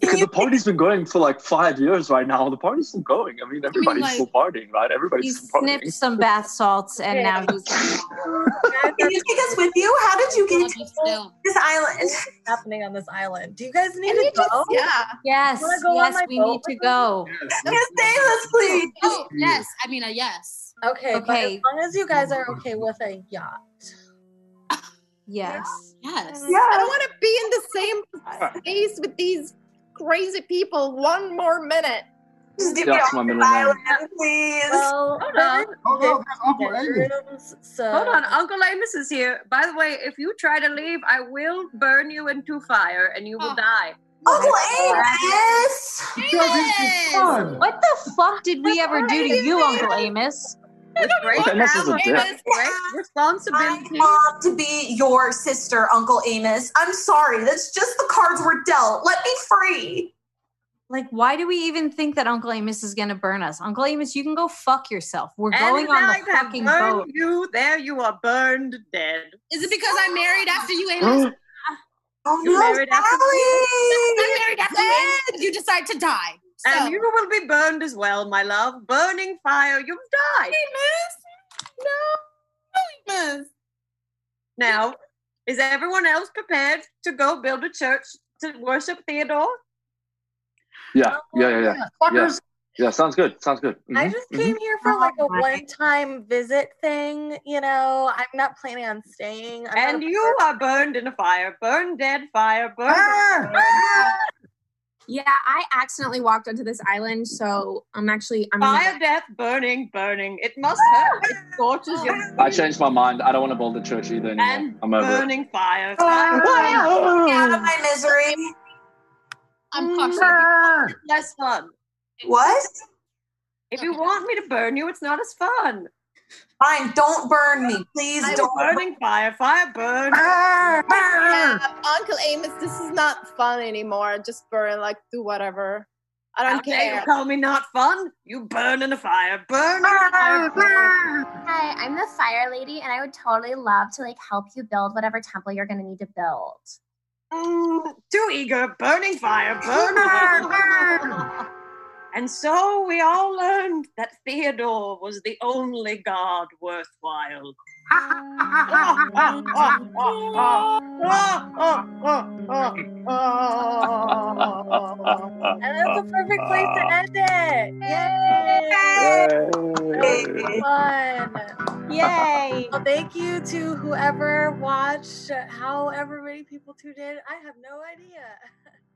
Speaker 5: Because the party's been going for like five years right now. The party's still going. I mean, everybody's
Speaker 6: like-
Speaker 5: still partying, right? Everybody's
Speaker 2: He
Speaker 5: still partying.
Speaker 2: snipped some bath salts and now he's
Speaker 9: Can you take us with you? How did you get to this island?
Speaker 1: What's happening on this island? Do you guys need
Speaker 10: Can
Speaker 1: to
Speaker 10: we just-
Speaker 1: go?
Speaker 10: yeah.
Speaker 2: Yes,
Speaker 1: Wanna go on
Speaker 2: yes,
Speaker 1: my
Speaker 2: we
Speaker 1: boat
Speaker 2: need to
Speaker 1: with
Speaker 2: go.
Speaker 9: Yes, Davis, please.
Speaker 6: Oh, yes. I mean, a yes.
Speaker 1: Okay, but as
Speaker 2: Okay.
Speaker 1: long as you guys are okay with a yacht.
Speaker 2: Yes.
Speaker 6: Yes.
Speaker 10: I don't want to be in the same space with these crazy people one more minute.
Speaker 9: Just get me
Speaker 5: That's
Speaker 9: off
Speaker 5: my
Speaker 9: this
Speaker 5: middle name.
Speaker 9: island, please.
Speaker 1: Well,
Speaker 4: Hold on.
Speaker 11: Oh, no, that's Uncle Amos.
Speaker 1: bedrooms, so
Speaker 4: Hold on, Uncle Amos is here. By the way, if you try to leave, I will burn you into fire and you will die.
Speaker 9: Oh. Uncle Amos!
Speaker 11: fun.
Speaker 2: What the fuck did we ever do to you, Uncle Amos?
Speaker 4: With great
Speaker 5: Uncle Amos is a
Speaker 4: power
Speaker 5: dick.
Speaker 4: comes great
Speaker 9: I
Speaker 4: responsibility.
Speaker 9: want to be your sister, Uncle Amos. I'm sorry. That's just the cards we're dealt. Let me free.
Speaker 2: Like, why do we even think that Uncle Amos is going to burn us? Uncle Amos, you can go fuck yourself. We're going
Speaker 4: and
Speaker 2: on
Speaker 4: now
Speaker 2: the
Speaker 4: I have
Speaker 2: fucking
Speaker 4: burned
Speaker 2: boat.
Speaker 4: You there, you are burned dead.
Speaker 6: Is it because I married after you, Amos?
Speaker 9: Oh,
Speaker 4: You
Speaker 9: no,
Speaker 4: married after
Speaker 6: I
Speaker 9: Sally!
Speaker 6: married after you, Amos, and you decide to die. So,
Speaker 4: And you will be burned as well, my love. Burning fire, you've died.
Speaker 6: Amos.
Speaker 4: Now, is everyone else prepared to go build a church to worship Theodore?
Speaker 5: Yeah. Yeah. Yeah. Yeah. Yeah.
Speaker 1: Fuckers.
Speaker 5: Yeah. Sounds good. Sounds good.
Speaker 1: I
Speaker 5: Mhm,
Speaker 1: just
Speaker 5: mhm.
Speaker 1: came here for like a
Speaker 12: Oh my.
Speaker 1: one time visit thing, you know. I'm not planning on staying. I'm not
Speaker 4: And
Speaker 1: a-
Speaker 4: you are burned in a fire. Burned dead fire. Burned.
Speaker 3: Yeah, I accidentally walked onto this island, so I'm actually I'm
Speaker 4: Fire
Speaker 3: not-
Speaker 4: death, burning, burning. It must hurt. It scorches your
Speaker 5: I changed my mind. I don't want to build a church either anymore.
Speaker 4: and
Speaker 5: I'm over it.
Speaker 4: burning fire.
Speaker 6: Oh,
Speaker 9: Get out of my misery.
Speaker 6: I'm cautious.
Speaker 4: Less fun.
Speaker 9: What?
Speaker 4: If you want me to burn you, it's not as fun.
Speaker 9: Fine, don't burn me. Please
Speaker 4: I'm
Speaker 9: don't burn
Speaker 4: burning fire. Fire burn.
Speaker 10: Yeah, Uncle Amos, this is not fun anymore. Just burn, like, do whatever. I
Speaker 4: How
Speaker 10: don't
Speaker 4: dare you
Speaker 10: care.
Speaker 4: call me not fun? You burn in a fire. Burn. in a fire.
Speaker 12: Hi, I'm the fire lady, and I would totally love to like help you build whatever temple you're gonna need to build.
Speaker 4: Mm, too eager. Burning fire. Burn.
Speaker 14: And so we all learned that Theodore was the only god worthwhile.
Speaker 4: And that's the perfect place to end it.
Speaker 1: Yay!
Speaker 4: Fun.
Speaker 1: Yay! Well, thank you to whoever watched, however many people tuned in. I have no idea.